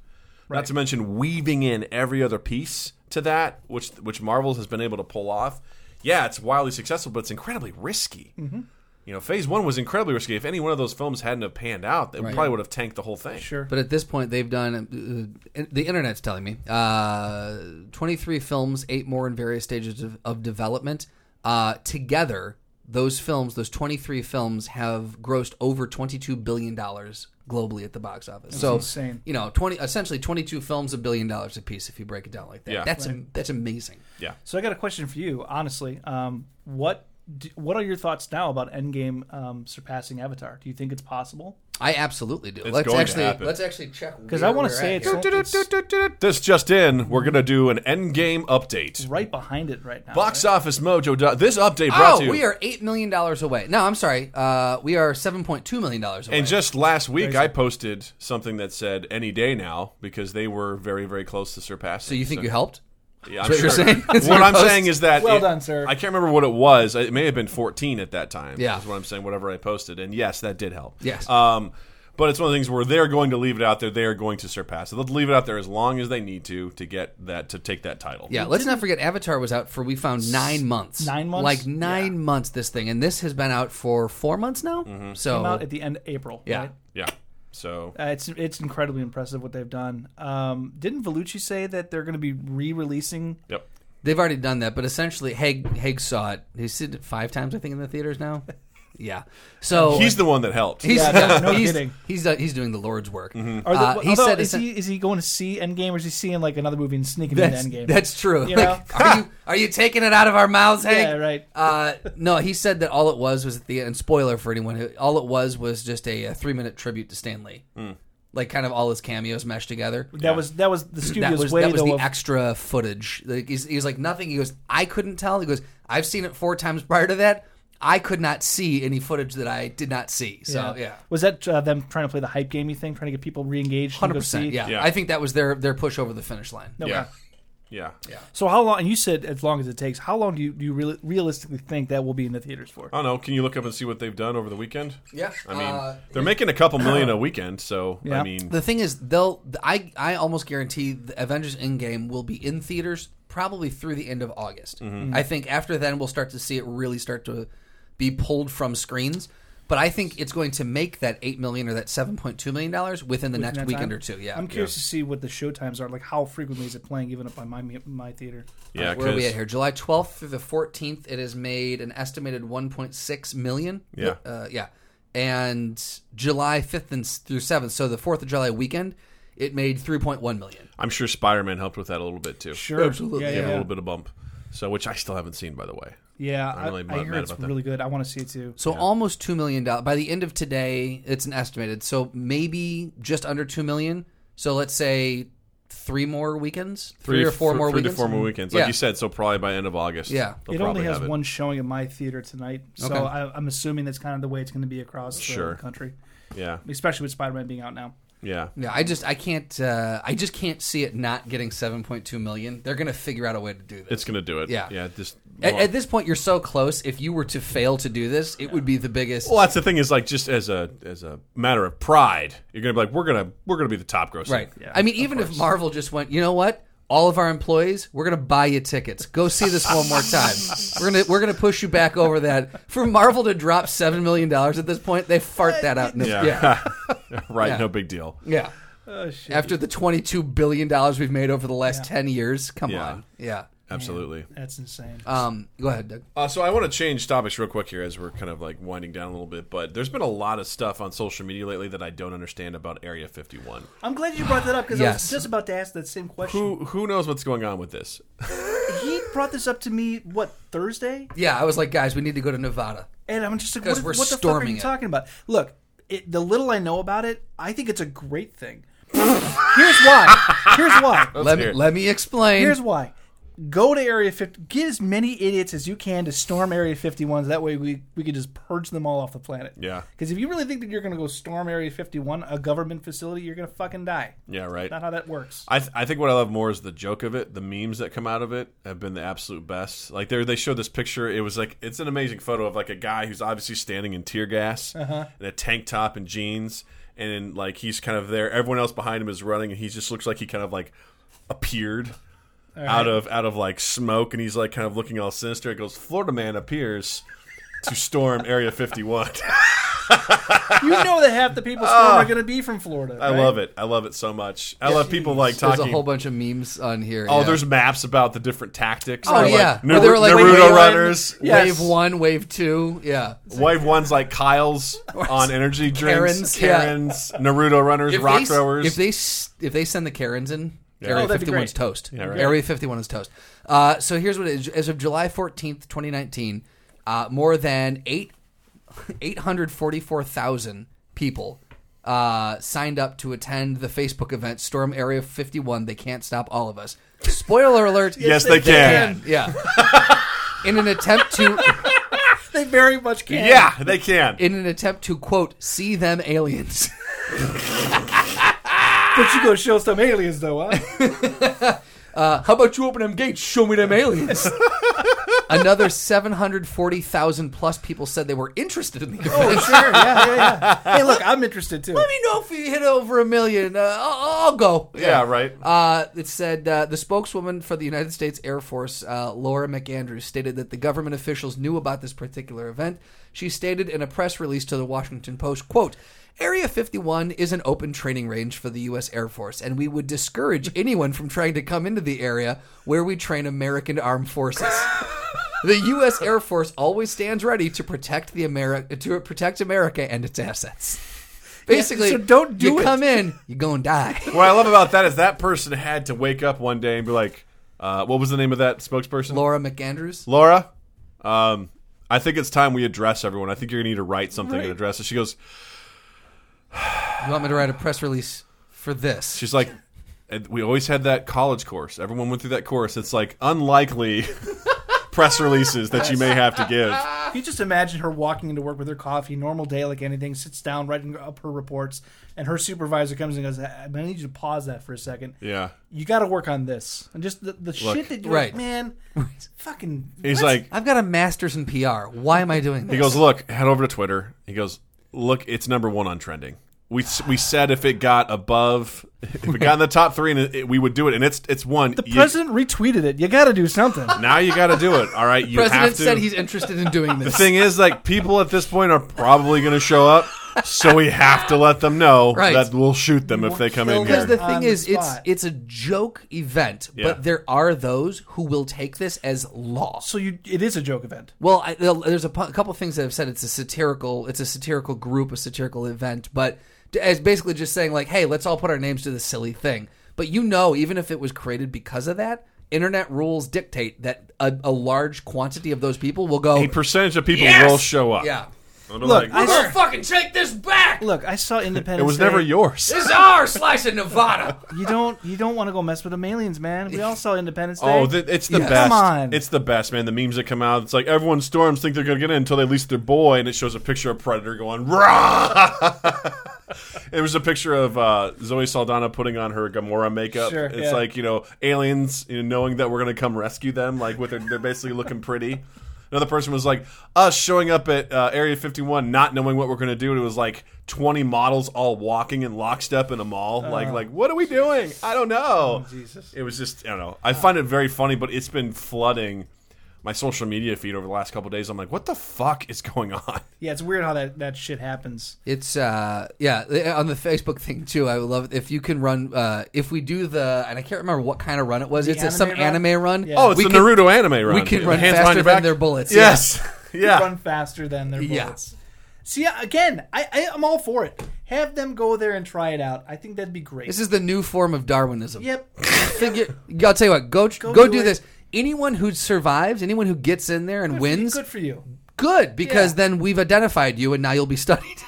S1: Not to mention weaving in every other piece to that, which which Marvel has been able to pull off. Yeah, it's wildly successful, but it's incredibly risky.
S3: Mm-hmm.
S1: You know, Phase One was incredibly risky. If any one of those films hadn't have panned out, it probably would have tanked the whole thing.
S3: Sure.
S4: But at this point, they've done. Uh, the internet's telling me uh, twenty-three films, eight more in various stages of, of development. Uh, together, those films, those twenty-three films, have grossed over twenty-two billion dollars globally at the box office. so
S3: insane.
S4: You know, twenty essentially twenty-two films, a billion dollars apiece. If you break it down like that,
S1: Yeah.
S4: that's am- that's amazing.
S1: Yeah.
S3: So I got a question for you, honestly. Um, what do, what are your thoughts now about Endgame um, surpassing Avatar? Do you think it's possible?
S4: I absolutely do.
S1: It's
S4: let's
S1: going to
S4: actually
S1: happen.
S4: let's actually check
S3: Because
S4: because
S3: I want to say it's, it's
S1: This just in, we're gonna do an Endgame update.
S3: right behind it right now.
S1: Box Office Mojo. dot- This update brought
S4: Oh,
S1: to you.
S4: we are eight million dollars away. No, I'm sorry. Uh, we are seven point two million dollars away.
S1: And just last week, I posted something that said "any day now" because they were very, very close to surpassing.
S4: so you think you helped?
S1: Yeah, I'm
S4: Is that what
S1: sure.
S4: you're saying? That's
S1: what
S4: your
S1: I'm
S4: post?
S1: saying is that
S3: Well
S1: it-
S3: done, sir.
S1: I can't remember what it was. It may have been 14 at that time.
S4: Yeah.
S1: is what I'm saying. Whatever I posted, and yes, that did help.
S4: Yes.
S1: Um, but it's one of the things where they're going to leave it out there. They are going to surpass it. They'll leave it out there as long as they need to to get that to take that title.
S4: Yeah, let's not forget Avatar was out for we found nine months.
S3: Nine months?
S4: Like nine months this thing. And this has been out for four months now. So
S3: Came out at the end of April.
S4: Oh. Yeah.
S3: right?
S1: Yeah. So
S3: Uh, it's it's incredibly impressive what they've done. Um, didn't Vellucci say that they're going to be re-releasing?
S1: yep.
S4: they've already done that, but essentially Haig Haig saw it. He's seen it five times, I think, in the theaters now. yeah. So
S1: He's the one that helped.
S4: he's
S3: Yeah, no, no
S4: he's,
S3: kidding.
S4: he's uh, he's doing the Lord's work.
S3: Are they,
S4: Uh, he
S3: although,
S4: said
S3: is
S4: essen-
S3: he is he going to see Endgame or is he seeing like another movie and sneaking
S4: that's,
S3: into Endgame?
S4: that's true.
S3: You
S4: Like, are, you, are you taking it out of our mouths, Hank?
S3: Yeah, right.
S4: Uh, no, he said that all it was was at the end. Spoiler for anyone, who- all it was was just a, a three minute tribute to Stanley. Like kind of all his cameos meshed together.
S3: that was that was the studio's
S4: that was,
S3: way
S4: that was
S3: though.
S4: the
S3: of,
S4: extra footage. Like, he's, he's like nothing. He goes, I couldn't tell. He goes, I've seen it four times prior to that. I could not see any footage that I did not see. So yeah,
S3: Was that uh, them trying to play the hype gamey thing, trying to get people re-engaged? to go
S4: hundred percent.
S3: see?
S4: Yeah.
S1: Yeah.
S4: I think that was their their push over the finish line.
S3: Okay.
S1: Yeah. Yeah. Yeah.
S3: So how long? And you said as long as it takes. How long do you do you reali- realistically think that will be in the theaters for?
S1: I don't know. Can you look up and see what they've done over the weekend?
S4: Yeah.
S1: I mean,
S4: Uh,
S1: they're making a couple million a weekend, so I
S3: Yeah.
S1: mean,
S4: The thing is, they'll. I I almost guarantee the Avengers Endgame will be in theaters probably through the end of August.
S1: Mm-hmm.
S4: I think after then we'll start to see it really start to be pulled from screens. But I think it's going to make that eight million or that seven point two million dollars within the next
S3: that
S4: weekend
S3: time?
S4: or two. Yeah,
S3: I'm curious to see what the show times are. Like how frequently is it playing? Even up by my my theater.
S1: yeah,
S4: Where are we
S1: 'cause-
S4: at here? July 12th through the 14th, it has made an estimated 1.6 million.
S1: Yeah.
S4: Uh, yeah. And July 5th and s- through 7th, so the 4th of July weekend, it made 3.1 million.
S1: I'm sure Spider-Man helped with that a little bit too.
S3: Sure,
S4: Absolutely.
S3: Yeah,
S1: Gave
S3: yeah.
S1: a little bit of bump. So, which I still haven't seen, by the way.
S3: Yeah,
S1: I'm
S3: I,
S1: really
S3: I
S1: mad-
S3: hear
S1: mad
S3: it's
S1: about that.
S3: really good. I want to see it too.
S4: So almost $2 million. By the end of today, it's an estimated. So maybe just under 2 million. So let's say three more weekends, three, or four
S1: th-
S4: more
S1: three
S4: weekends. Mm-hmm.
S1: to four more weekends, like
S4: Yeah.
S1: you said. So probably by end of August.
S4: Yeah.
S1: they'll
S3: it only
S1: probably
S3: has
S1: have
S3: one showing at my theater tonight, so
S4: Okay.
S3: I, I'm assuming that's kind of the way it's going to be across
S1: Sure.
S3: the country,
S1: Yeah,
S3: especially with Spider-Man being out now.
S1: yeah.
S4: Yeah, I just I can't uh, I just can't see it not getting 7.2 million. They're going to figure out a way to do this.
S1: It's gonna do it.
S4: Yeah.
S1: yeah. Just
S4: At, at this point, you're so close. If you were to fail to do this, it would be the biggest.
S1: Well, that's the thing is like just as a as a matter of pride, you're gonna be like we're gonna we're gonna be the top grosser.
S4: right. I mean, even if Marvel just went, you know what? All of our employees, we're gonna buy you tickets. Go see this one more time. we're gonna we're gonna push you back over that. For Marvel to drop seven million dollars at this point, they fart that out. in the-
S1: Yeah. Oh,
S4: yeah.
S1: right.
S4: Yeah.
S1: No big deal.
S4: Yeah. After the twenty-two billion dollars we've made over the last ten years, come
S1: Yeah.
S4: on, yeah.
S1: Absolutely.
S3: That's insane.
S4: Um, go ahead, Doug.
S1: Uh, so I want to change topics real quick here as we're kind of like winding down a little bit, but there's been a lot of stuff on social media lately that I don't understand about Area 51.
S3: I'm glad you brought that up because I
S4: Yes.
S3: was just about to ask that same question.
S1: Who who knows what's going on with this?
S3: He brought this up to me what Thursday,
S4: Yeah, I was like, guys, we need to go to Nevada.
S3: and I'm just like,
S4: 'Cause
S3: what,
S4: we're
S3: what the fuck are
S4: storming
S3: you
S4: it.
S3: talking about? Look, it, the little I know about it, I think it's a great thing. Here's why. Here's why.
S4: Let me,
S1: hear it.
S4: let me explain.
S3: Here's why. Go to Area 50. Get as many idiots as you can to storm Area 51. That way we, we can just purge them all off the planet.
S1: Yeah.
S3: Because if you really think that you're going to go storm Area 51, a government facility, you're going to fucking die.
S1: Yeah, right.
S3: Not how that works.
S1: I, th- I think what I love more is the joke of it. The memes that come out of it have been the absolute best. Like there, they showed this picture. It was like it's an amazing photo of like a guy who's obviously standing in tear gas in a tank top and jeans, and like he's kind of there. Everyone else behind him is running, and he just looks like he kind of like appeared out of out of like smoke, and he's like kind of looking all sinister. It goes, Florida man appears to storm Area 51.
S3: you know that half the people storm are going to be from Florida.
S1: Oh. I love it. I love it so much. I love people like
S4: There's
S1: talking.
S4: a whole bunch of memes on here.
S1: Oh,
S4: yeah.
S1: there's maps about the different tactics.
S4: Oh,
S1: They're
S4: yeah.
S1: like,
S4: Well, they were like
S1: Naruto
S4: wave one.
S1: runners.
S4: wave one, wave two. Yeah,
S1: Wave one's like Kyle's on energy drinks.
S4: Karens, yeah.
S1: Karens, Naruto runners,
S4: If
S1: rock
S4: they s-
S1: throwers.
S4: If they s- if they send the Karens in,
S3: Oh,
S4: Area
S3: that'd be
S4: 51 is
S3: great.
S4: toast.
S1: right.
S4: Area 51 is toast. Uh, so here's what it is. As of July 14th, 2019, uh, more than eight 844,000 people uh, signed up to attend the Facebook event Storm Area 51. They can't stop all of us. Spoiler alert.
S1: yes, they, can.
S4: Yeah. In an attempt to
S3: They very much can.
S1: Yeah, they can.
S4: in an attempt to quote see them aliens.
S3: But you go show some aliens, though, huh?
S4: How about you open them gates? Show me them aliens. Another 740,000 plus people said they were interested in the event.
S3: oh, sure. Yeah, yeah, yeah. Hey, look, I'm interested too.
S4: Let me know if you hit over a million. Uh, I'll, I'll go.
S1: yeah, right.
S4: Uh, it said uh, the spokeswoman for the United States Air Force, uh, Laura McAndrews, stated that the government officials knew about this particular event. She stated in a press release to the Washington Post, "quote." Area 51 is an open training range for the U.S. Air Force, and we would discourage anyone from trying to come into the area where we train American armed forces. the U.S. Air Force always stands ready to protect the America to protect America and its assets. Basically,
S3: so don't do
S4: you
S3: it.
S4: come in, you go and die.
S1: what I love about that is that person had to wake up one day and be like, uh, "What was the name of that spokesperson?"
S4: Laura McAndrews.
S1: Laura, um, I think it's time we address everyone. I think you're gonna need to write something and
S3: Right.
S1: address it. She goes,
S4: You want me to write a press release for this?
S1: She's like, and we always had that college course. Everyone went through that course. It's like unlikely press releases that you may have to give.
S3: You just imagine her walking into work with her coffee, normal day like anything, sits down, writing up her reports, and her supervisor comes and goes, I I need you to pause that for a second.
S1: Yeah.
S3: You got to work on this. And just the, the shit that you're
S4: Right.
S3: like, man, fucking.
S1: He's
S3: what?
S1: like,
S4: I've got a master's in PR. Why am I doing this?
S1: he goes, look, head over to Twitter. He goes, look, it's number one on trending. We, s- we said if it got above, if it got in the top three, and it, it- we would do it. And it's it's one.
S3: the
S1: You-
S3: president retweeted it. You got to do something.
S1: now you got to do it. All right, you have
S4: President
S1: to.
S4: said he's interested in doing
S1: the
S4: this.
S1: thing is, like, people at this point are probably going to show up, so we have to let them know
S4: Right.
S1: that we'll shoot them if they come in here.
S4: Because the
S3: On
S4: thing
S3: the
S4: is, it's
S3: spot.
S4: it's a joke event,
S1: Yeah.
S4: but there are those who will take this as law.
S3: So you, it is a joke event.
S4: Well, I, there's a pu- couple things that have said it's a satirical, it's a satirical group, a satirical event, but t- as basically just saying like, hey, let's all put our names to this silly thing. But you know, even if it was created because of that, internet rules dictate that a, a large quantity of those people will go,
S1: a percentage of people will show up.
S4: yeah,
S1: They'll be like,
S3: Look, I saw,
S4: fucking take this back.
S3: look, I saw Independence.
S1: it was
S3: Day.
S1: never yours.
S4: This is our slice of Nevada.
S3: You don't, you don't want to go mess with them aliens, man. We all saw Independence Day.
S1: Oh, the, it's the
S4: Yeah.
S1: best.
S3: Come on.
S1: It's the best, man. The memes that come out. It's like everyone storms think they're going to get in until they release their boy, and it shows a picture of Predator going, rah! It was a picture of uh, Zoe Saldana putting on her Gamora makeup.
S3: Sure,
S1: it's
S3: yeah.
S1: like you know aliens you know, knowing that we're gonna come rescue them. Like with their, they're basically looking pretty. Another person was like us showing up at uh, Area 51, not knowing what we're gonna do. And it was like 20 models all walking in lockstep in a mall.
S4: Oh.
S1: like like what are we doing? I don't know.
S3: Jesus.
S1: It was just I don't know. I find it very funny, but it's been flooding my social media feed over the last couple days. I'm like, what the fuck is going on?
S3: Yeah, it's weird how that, that shit happens.
S4: It's uh yeah th- on the Facebook thing too. I would love it if you can run uh if we do the and I can't remember what kind of run it was. it's a,
S3: anime
S4: some
S3: run?
S4: anime run.
S3: Yeah.
S1: Oh, it's
S4: We
S1: the
S4: can-
S1: Naruto anime run.
S4: we can run
S1: Hands behind
S4: faster
S1: your
S4: than
S1: back.
S4: their bullets,
S1: Yes. Yeah.
S3: Run faster than their
S4: Yeah.
S3: bullets. See, again, I, I, I'm all for it. Have them go there and try it out. I think that'd be great.
S4: This is the new form of Darwinism.
S3: yep.
S4: Figure. I'll tell you what. Go go,
S3: do
S4: do
S3: it.
S4: this. Anyone who survives, anyone who gets in there and wins,
S3: Good for you.
S4: good because
S3: Yeah.
S4: then we've identified you and now you'll be studied.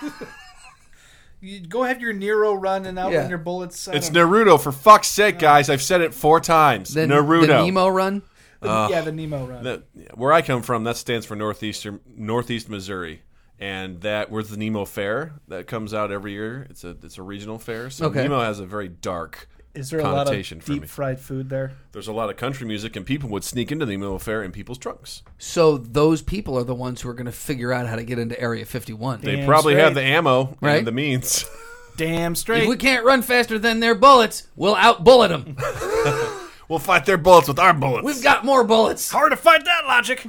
S3: you. Go have your Nero run and out
S4: Yeah.
S3: your bullets. I
S1: It's
S3: don't know.
S1: Naruto, for fuck's sake, guys. I've said it four times.
S4: then
S1: Naruto.
S4: the Nemo run.
S3: yeah, the Nemo run.
S1: That- where I come from, that stands for northeastern Northeast Missouri, and that where's the Nemo Fair that comes out every year. It's a it's a regional fair, so
S4: Okay.
S1: Nemo has a very dark
S3: is there a lot
S1: connotation
S3: of
S1: for
S3: deep
S1: me.
S3: fried food there?
S1: There's a lot of country music, and people would sneak into the Nemo Fair in people's trunks.
S4: So those people are the ones who are going to figure out how to get into Area 51.
S1: They
S3: Damn
S1: probably have the
S3: straight.
S1: ammo
S4: Right.
S1: and the means.
S3: Damn
S4: if
S3: straight.
S4: we can't run faster than their bullets, we'll outbullet them.
S1: we'll fight their bullets with our bullets.
S4: We've got more bullets.
S1: hard to fight that logic.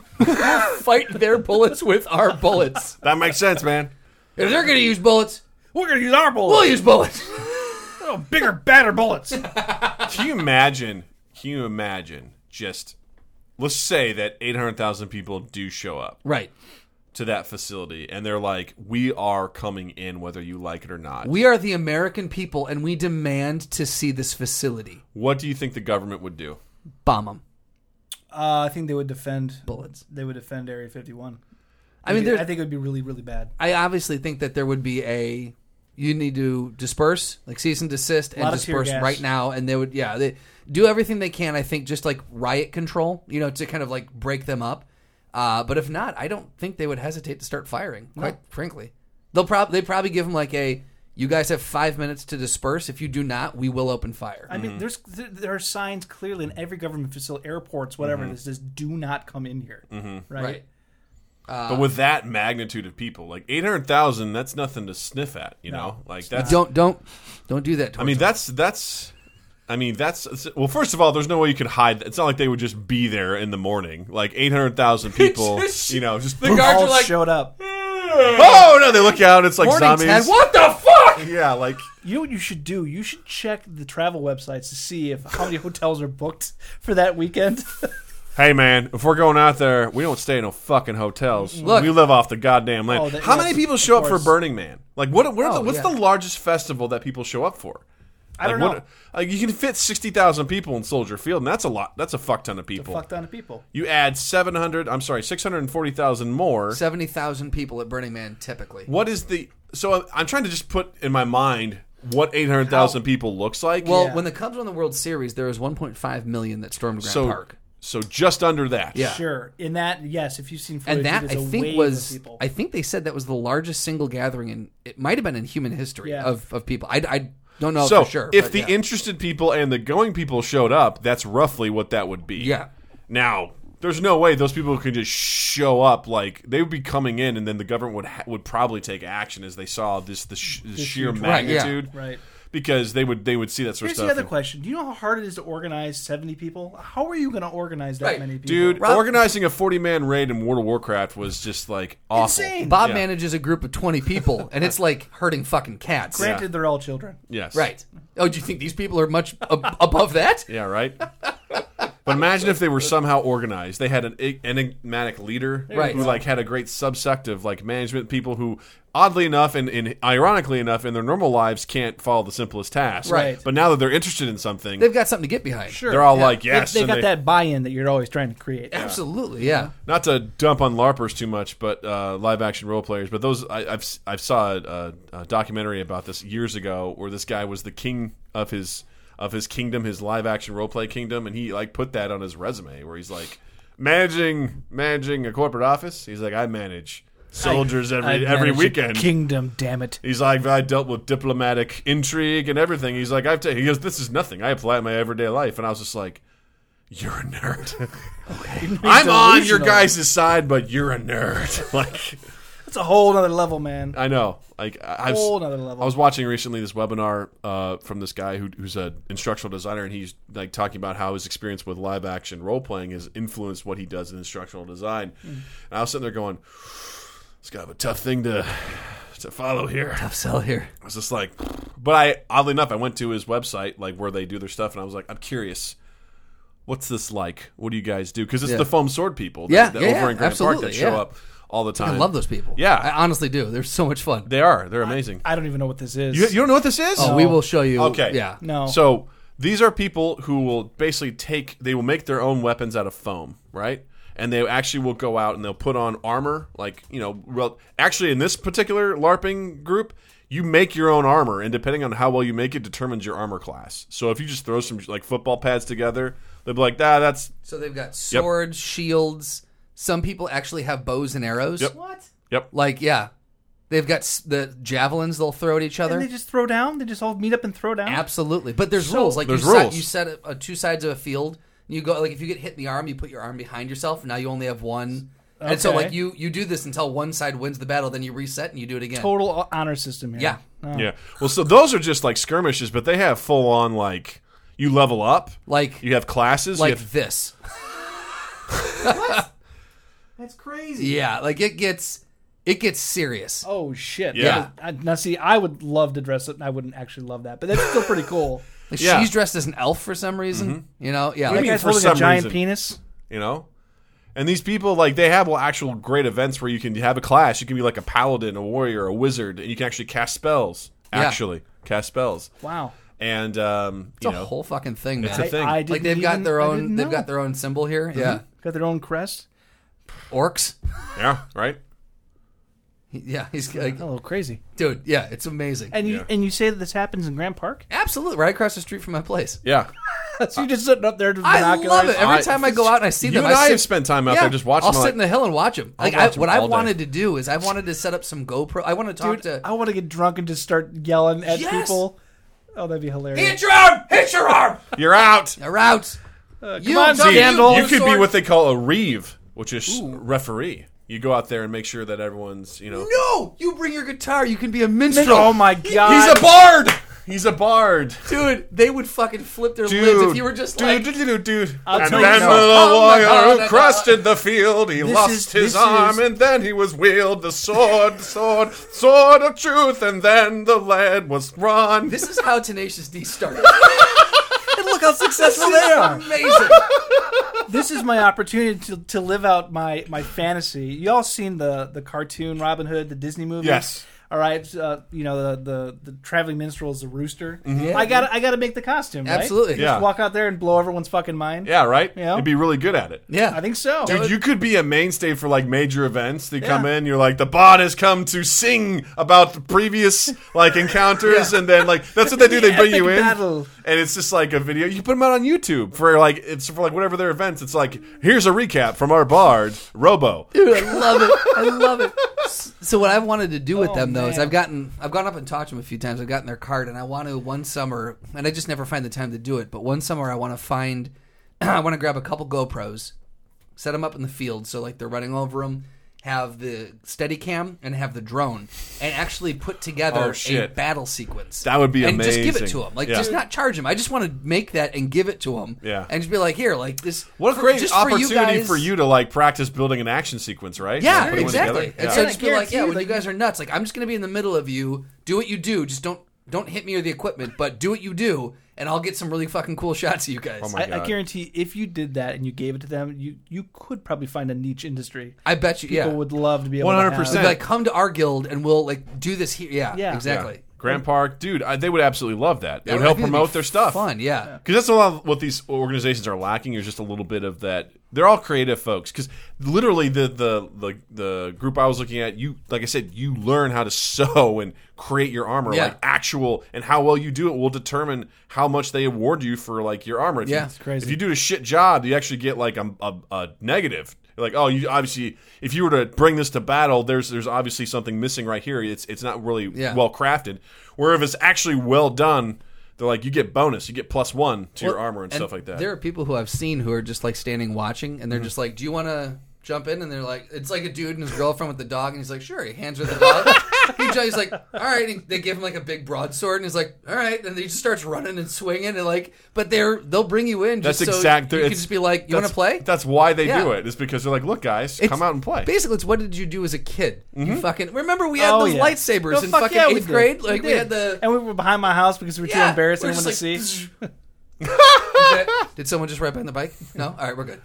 S4: Fight their bullets with our bullets.
S1: that makes sense, man.
S4: If they're going to use bullets,
S3: We're gonna use our bullets.
S4: we'll use bullets.
S3: Oh, bigger, badder bullets.
S1: Can you imagine? Can you imagine? Just let's say that eight hundred thousand people do show up
S4: Right.
S1: to that facility, and they're like, "We are coming in, whether you like it or not."
S4: We are the American people and we demand to see this facility.
S1: what do you think the government would do?
S4: Bomb them.
S3: Uh, I think they would defend
S4: Bullets.
S3: They would defend Area 51.
S4: I mean,
S3: I
S4: there,
S3: think it would be really, really bad.
S4: I obviously think that there would be a you need to disperse, like cease and desist, and
S3: Lot of tear
S4: disperse
S3: gas.
S4: right now. And they would, yeah, they do everything they can. I think just like riot control, you know, to kind of like break them up. Uh, but if not, I don't think they would hesitate to start firing. Quite frankly, they'll probably they probably give them like a you guys have five minutes to disperse. If you do not, we will open fire.
S3: I mean, there's there, there are signs clearly in every government facility, airports, whatever. This says, "Do not come in here." Right?
S4: Mm-hmm. right. Uh,
S1: but with that magnitude of people, like eight hundred thousand, that's nothing to sniff at. You know, like that's.
S4: Don't don't don't do that.
S1: I mean, that's that's. I mean, that's well. First of all, there's no way you could hide. It's not like they would just be there in the morning, like eight hundred thousand people.
S4: Just-
S1: you know, just
S4: the guards
S3: All
S4: are like,
S3: showed up.
S1: Oh no! They look out. It's like
S4: "Morning,
S1: zombies.
S4: Ted. What the fuck?
S1: Yeah, like
S3: You know what you should do? You should check the travel websites to see if how many hotels are booked for that weekend.
S1: Hey man, if we're going out there, we don't stay in no fucking hotels.
S4: Look-
S1: we live off the goddamn land.
S3: Oh, that-
S1: How
S3: yes,
S1: many people
S3: of
S1: show up for
S3: course.
S1: Burning Man? Like, what? what are the,
S4: Oh,
S1: what's
S4: yeah.
S1: the largest festival that people show up for?
S3: I don't
S1: like,
S3: know.
S1: like, you can fit sixty thousand people in Soldier Field, and that's a lot. That's a fuck ton of people.
S3: Fuck ton of people.
S1: You add seven hundred. I'm sorry, six hundred and forty thousand more.
S4: Seventy thousand people at Burning Man typically.
S1: What is the? So I'm, I'm trying to just put in my mind what eight hundred thousand people looks like.
S4: Well,
S3: Yeah.
S4: when the Cubs won the World Series, there was 1.5 million that stormed Grant
S1: so
S4: Park,
S1: so just under that.
S4: Yeah.
S3: Sure. In that, yes, if you've seen footage,
S4: and that
S3: it
S4: I
S3: is a wave
S4: think
S3: of
S4: was
S3: people.
S4: I think they said that was the largest single gathering in it might have been in human history
S3: Yeah.
S4: of, of people. I, I don't know
S1: so
S4: Oh, for sure.
S1: if
S4: but
S1: the
S4: yeah.
S1: interested people and the going people showed up, that's roughly what that would be.
S4: Yeah.
S1: Now, there's no way those people can just show up. Like they would be coming in, and then the government would ha- would probably take action as they saw this the, sh- the sheer
S4: Right, yeah.
S1: magnitude,
S3: Right.
S1: Because they would they would see that sort
S3: Here's
S1: of
S3: the
S1: stuff.
S3: other question: Do you know how hard it is to organize seventy people? How are you going to organize that
S4: Right.
S3: many people?
S1: Dude,
S4: Rob-
S1: organizing a forty man raid in World of Warcraft was just like awful.
S3: Insane.
S4: Bob
S1: Yeah.
S4: manages a group of 20 people, and it's like herding fucking cats.
S3: Granted, they're all children.
S1: Yes.
S4: Right. Oh, do you think these people are much ab- above that?
S1: Yeah, right. but imagine if they were somehow organized. They had an e- enigmatic leader
S4: Right.
S1: who like had a great subsect of like management people who oddly enough and, and ironically enough in their normal lives can't follow the simplest task.
S4: Right.
S1: But now that they're interested in something,
S4: They've got something to get behind.
S3: Sure.
S1: they're all
S4: Yeah.
S1: like, yes.
S3: they, they
S1: and
S3: got
S1: they-
S3: that buy-in that you're always trying to create.
S4: Absolutely, yeah.
S1: Not to dump on LARPers too much, but uh, live action role players. But those I, I've I saw a, a documentary about this years ago, where this guy was the king of his of his kingdom, his live action role play kingdom, and he like put that on his resume, where he's like managing managing a corporate office. He's like, I manage soldiers
S3: I
S1: every every
S3: manage a
S1: weekend.
S3: Kingdom, damn it.
S1: He's like, I dealt with diplomatic intrigue and everything. He's like, I've taken. He goes, this is nothing. I apply it in my everyday life, and I was just like, you're a nerd. I'm on your
S3: delusional.
S1: guys' side, but you're a nerd. like,
S3: That's a whole other level, man.
S1: I know. Like, I, I was-
S3: Whole nother level.
S1: I was watching recently this webinar uh, from this guy who, who's an instructional designer, and he's like talking about how his experience with live action role playing has influenced what he does in instructional design.
S3: Hmm.
S1: And I was sitting there going, "It's kind of a tough thing to to follow here."
S4: Tough sell here.
S1: I was just like, but I oddly enough, I went to his website, like where they do their stuff, and I was like, I'm curious, what's this like? What do you guys do? Because it's
S4: Yeah.
S1: the foam sword people, that,
S4: Yeah,
S1: that
S4: yeah,
S1: over
S4: yeah,
S1: in Grand Park
S4: absolutely,
S1: that show
S4: yeah.
S1: up all the time.
S4: I love those people.
S1: Yeah.
S4: I honestly do. They're so much fun.
S1: They are. They're amazing.
S3: I don't even know what this is.
S1: you, you don't know what this is?
S4: Oh, we will show you.
S1: Okay.
S4: Yeah.
S3: no.
S1: So these are people who will basically take they will make their own weapons out of foam, right? And they actually will go out and they'll put on armor, like you know. Well, actually, in this particular LARPing group, you make your own armor, and depending on how well you make it, determines your armor class. So if you just throw some like football pads together, they'll be like, "Ah, that's
S4: So they've got swords, shields. Some people actually have bows and arrows.
S1: Yep.
S3: what?
S1: yep."
S4: Like, yeah. They've got s- the javelins they'll throw at each other.
S3: And they just throw down? They just all meet up and throw down?
S4: Absolutely, but there's
S3: So-
S4: rules. Like
S1: There's
S4: you, Set,
S1: rules.
S4: you set a, a two sides of a field. And you go like if you get hit in the arm, you put your arm behind yourself. Now you only have one, and so
S3: Okay.
S4: like you you do this until one side wins the battle, then you reset and you do it again.
S3: Total honor system here.
S4: Yeah.
S1: Yeah. Well, so those are just like skirmishes, but they have full on like you level up,
S4: Like
S1: you have classes, you
S4: like
S1: have-
S4: this.
S3: That's crazy.
S4: Yeah, like it gets it gets serious.
S3: Oh shit!
S1: Yeah.
S3: I, now see, I would love to dress up. and I wouldn't actually love that, but that's still pretty cool.
S4: Like,
S1: yeah. Mm-hmm.
S4: She's dressed as an elf for some reason. You know, yeah.
S3: That
S4: Like,
S1: mean
S3: guy's
S1: for
S3: holding a
S1: some
S3: giant
S1: reason?
S3: penis.
S1: you know and these people like they have well, actual great events where you can have a class you can be like a paladin a warrior a wizard and you can actually cast spells
S4: Yeah.
S1: actually cast spells
S3: Wow.
S1: and um
S4: it's
S1: you
S4: a
S1: know
S4: whole fucking thing, man.
S1: a thing.
S3: I, I
S4: like
S3: didn't
S4: they've got
S3: even-
S4: their
S3: I
S4: own
S3: didn't
S4: they've
S3: know.
S4: got their own symbol here.
S1: Uh-huh.
S4: Yeah.
S3: got their own crest.
S4: Orcs.
S1: yeah right
S4: Yeah, he's like
S3: A little crazy.
S4: dude, yeah, it's amazing.
S3: And you
S1: Yeah.
S3: and you say that this happens in Grand Park?
S4: Absolutely, right across the street from my place.
S1: yeah
S3: so you're just sitting up there with
S4: I
S3: binoculars.
S4: love it. Every
S1: I-
S4: time I go out and I see
S1: you
S4: them,
S1: and I
S4: sit-
S1: have spent time out
S4: Yeah,
S1: there just watching
S4: I'll
S1: them,
S4: sit
S1: like-
S4: in the hill and watch them. Like
S1: watch
S4: I,
S1: 'em
S4: what I
S1: all day.
S4: wanted to do is I wanted to set up some GoPro. I want to
S3: Dude,
S4: talk to.
S3: I want to get drunk and just start yelling at
S4: Yes!
S3: people. Oh, that'd be hilarious.
S4: hit your arm! Hit your arm!
S1: you're out
S4: They're out.
S1: uh,
S4: you
S3: on,
S4: tell me you
S3: Gandalf.
S1: you
S4: use
S1: could be
S4: sword.
S1: what they call a reeve which is referee you go out there and make sure that everyone's you know
S4: No, you bring your guitar. You can be a minstrel.
S3: oh my god!
S1: he's a bard he's a bard
S4: dude, they would fucking flip their
S1: Dude,
S4: lids if you were just
S1: dude,
S4: like.
S1: dude, dude, dude. And
S3: tell you
S1: then the
S3: no.
S4: Oh my God,
S1: warrior
S4: no,
S1: who
S4: no.
S1: crusted the field, he lost
S3: is-
S1: his
S3: this
S1: arm,
S3: is-
S1: and then he was wielded the sword, sword, sword of truth, and then the lead was run.
S4: This is how Tenacious D started. and look how successful they are. Amazing.
S3: this is my opportunity to, to live out my, my fantasy. Y'all seen the the cartoon Robin Hood, the Disney movie?
S1: Yes.
S3: All right, uh, you know the, the the traveling minstrel is the rooster. I got I got to make the costume. right?
S4: Absolutely.
S1: Mm-hmm. Yeah.
S3: Just walk out there and blow everyone's fucking mind.
S1: yeah, right?
S3: Yeah.
S1: You'd be really good at it.
S4: Yeah.
S3: I think so.
S1: Dude, you could be a mainstay for like major events. They come
S3: Yeah.
S1: in, you're like, the bot has come to sing about the previous like encounters, and then like that's what they do. They bring you
S3: Epic
S1: in,
S3: battle.
S1: and it's just like a video. You put them out on YouTube for like it's for like whatever their events. It's like here's a recap from our bard Robo.
S4: Dude, I love it. I love it. S- So what I've wanted to do with
S3: Oh,
S4: them though is
S3: man.
S4: I've gotten I've gone up and talked to them a few times. I've gotten their card and I want to one summer and I just never find the time to do it, but one summer I want to find I want to grab a couple GoPros, set them up in the field so like they're running over them, have the steady cam and have the drone and actually put
S1: Oh,
S4: together a
S1: shit.
S4: battle sequence.
S1: That would be
S4: and just give
S1: amazing.
S4: it to them. Like
S1: Yeah.
S4: just not charge them. I just want to make that and give it to them.
S1: Yeah.
S4: And just be like, "Here, like this
S1: What a
S4: for-
S1: great
S4: just
S1: opportunity
S4: for you, guys,
S1: to like practice building an action sequence, right?
S4: Yeah,
S1: Like, putting one
S4: exactly.
S1: together?
S4: And
S1: Yeah.
S4: so
S3: Yeah.
S4: just be like,
S3: Guarantee
S4: yeah, when
S3: that
S4: you guys are nuts, like I'm just gonna be in the middle of you. Do what you do. Just don't don't hit me or the equipment, but do what you do, and I'll get some really fucking cool shots of you guys.
S1: Oh my-
S3: I, I
S1: God.
S3: guarantee if you did that and you gave it to them, you you could probably find a niche industry.
S4: I, bet you, yeah.
S3: People would love to be able. to have.
S1: 100%.
S4: They'd be like, come to our guild and we'll like do this here. Yeah,
S3: Yeah.
S4: exactly.
S1: Grand Park, dude, I, they would absolutely love that. It
S4: I
S1: would
S4: think
S1: help
S4: it'd be
S1: promote their stuff.
S4: Fun, yeah.
S1: Because that's a lot of what these organizations are lacking is just a little bit of that They're all creative folks because literally the, the the the group I was looking at, you like I said, you learn how to sew and create your armor,
S4: Yeah.
S1: like actual, and how well you do it will determine how much they award you for like your armor. If
S4: Yeah,
S1: you-
S4: it's
S3: crazy.
S1: If you do a shit job, you actually get like a, a, a negative. You're like, oh, you obviously, if you were to bring this to battle, there's there's obviously something missing right here. It's it's not really
S4: Yeah.
S1: well crafted. Where if it's actually well done, they're like you get bonus, you get plus one to your armor and, stuff like that. Mm-hmm.
S4: There are people who I've seen who are just like standing watching, and they're just like, "Do you want to jump in?" And they're like, "It's like a dude and his girlfriend with the dog," and he's like, "Sure." He hands her the dog. he, ju- he's like, "All right." And they give him like a big broadsword, and he's like, "All right." And he just starts running and swinging, and like, but they're they'll bring you in. Just
S1: That's
S4: so
S1: exact-
S4: You can
S1: it's-
S4: just be like, "You want to
S1: That's-
S4: play?"
S1: That's why they
S4: Yeah.
S1: do it. Is because they're like, look, guys,
S4: It's-
S1: come out and play. Mm-hmm.
S4: Basically, it's what did you do as a kid? You fucking remember we had
S3: Oh,
S4: those
S3: yeah.
S4: lightsabers
S1: The
S4: in
S1: fuck
S4: fucking
S1: yeah, we
S4: eighth
S1: did.
S4: grade.
S1: We
S4: Like we,
S1: did.
S4: had the
S3: And we were behind my house because we were too
S4: Yeah,
S3: embarrassed
S4: we're
S3: anyone
S4: just
S3: to
S4: like,
S3: see.
S4: Is that- Did someone just ride behind the bike? No. All right, we're good.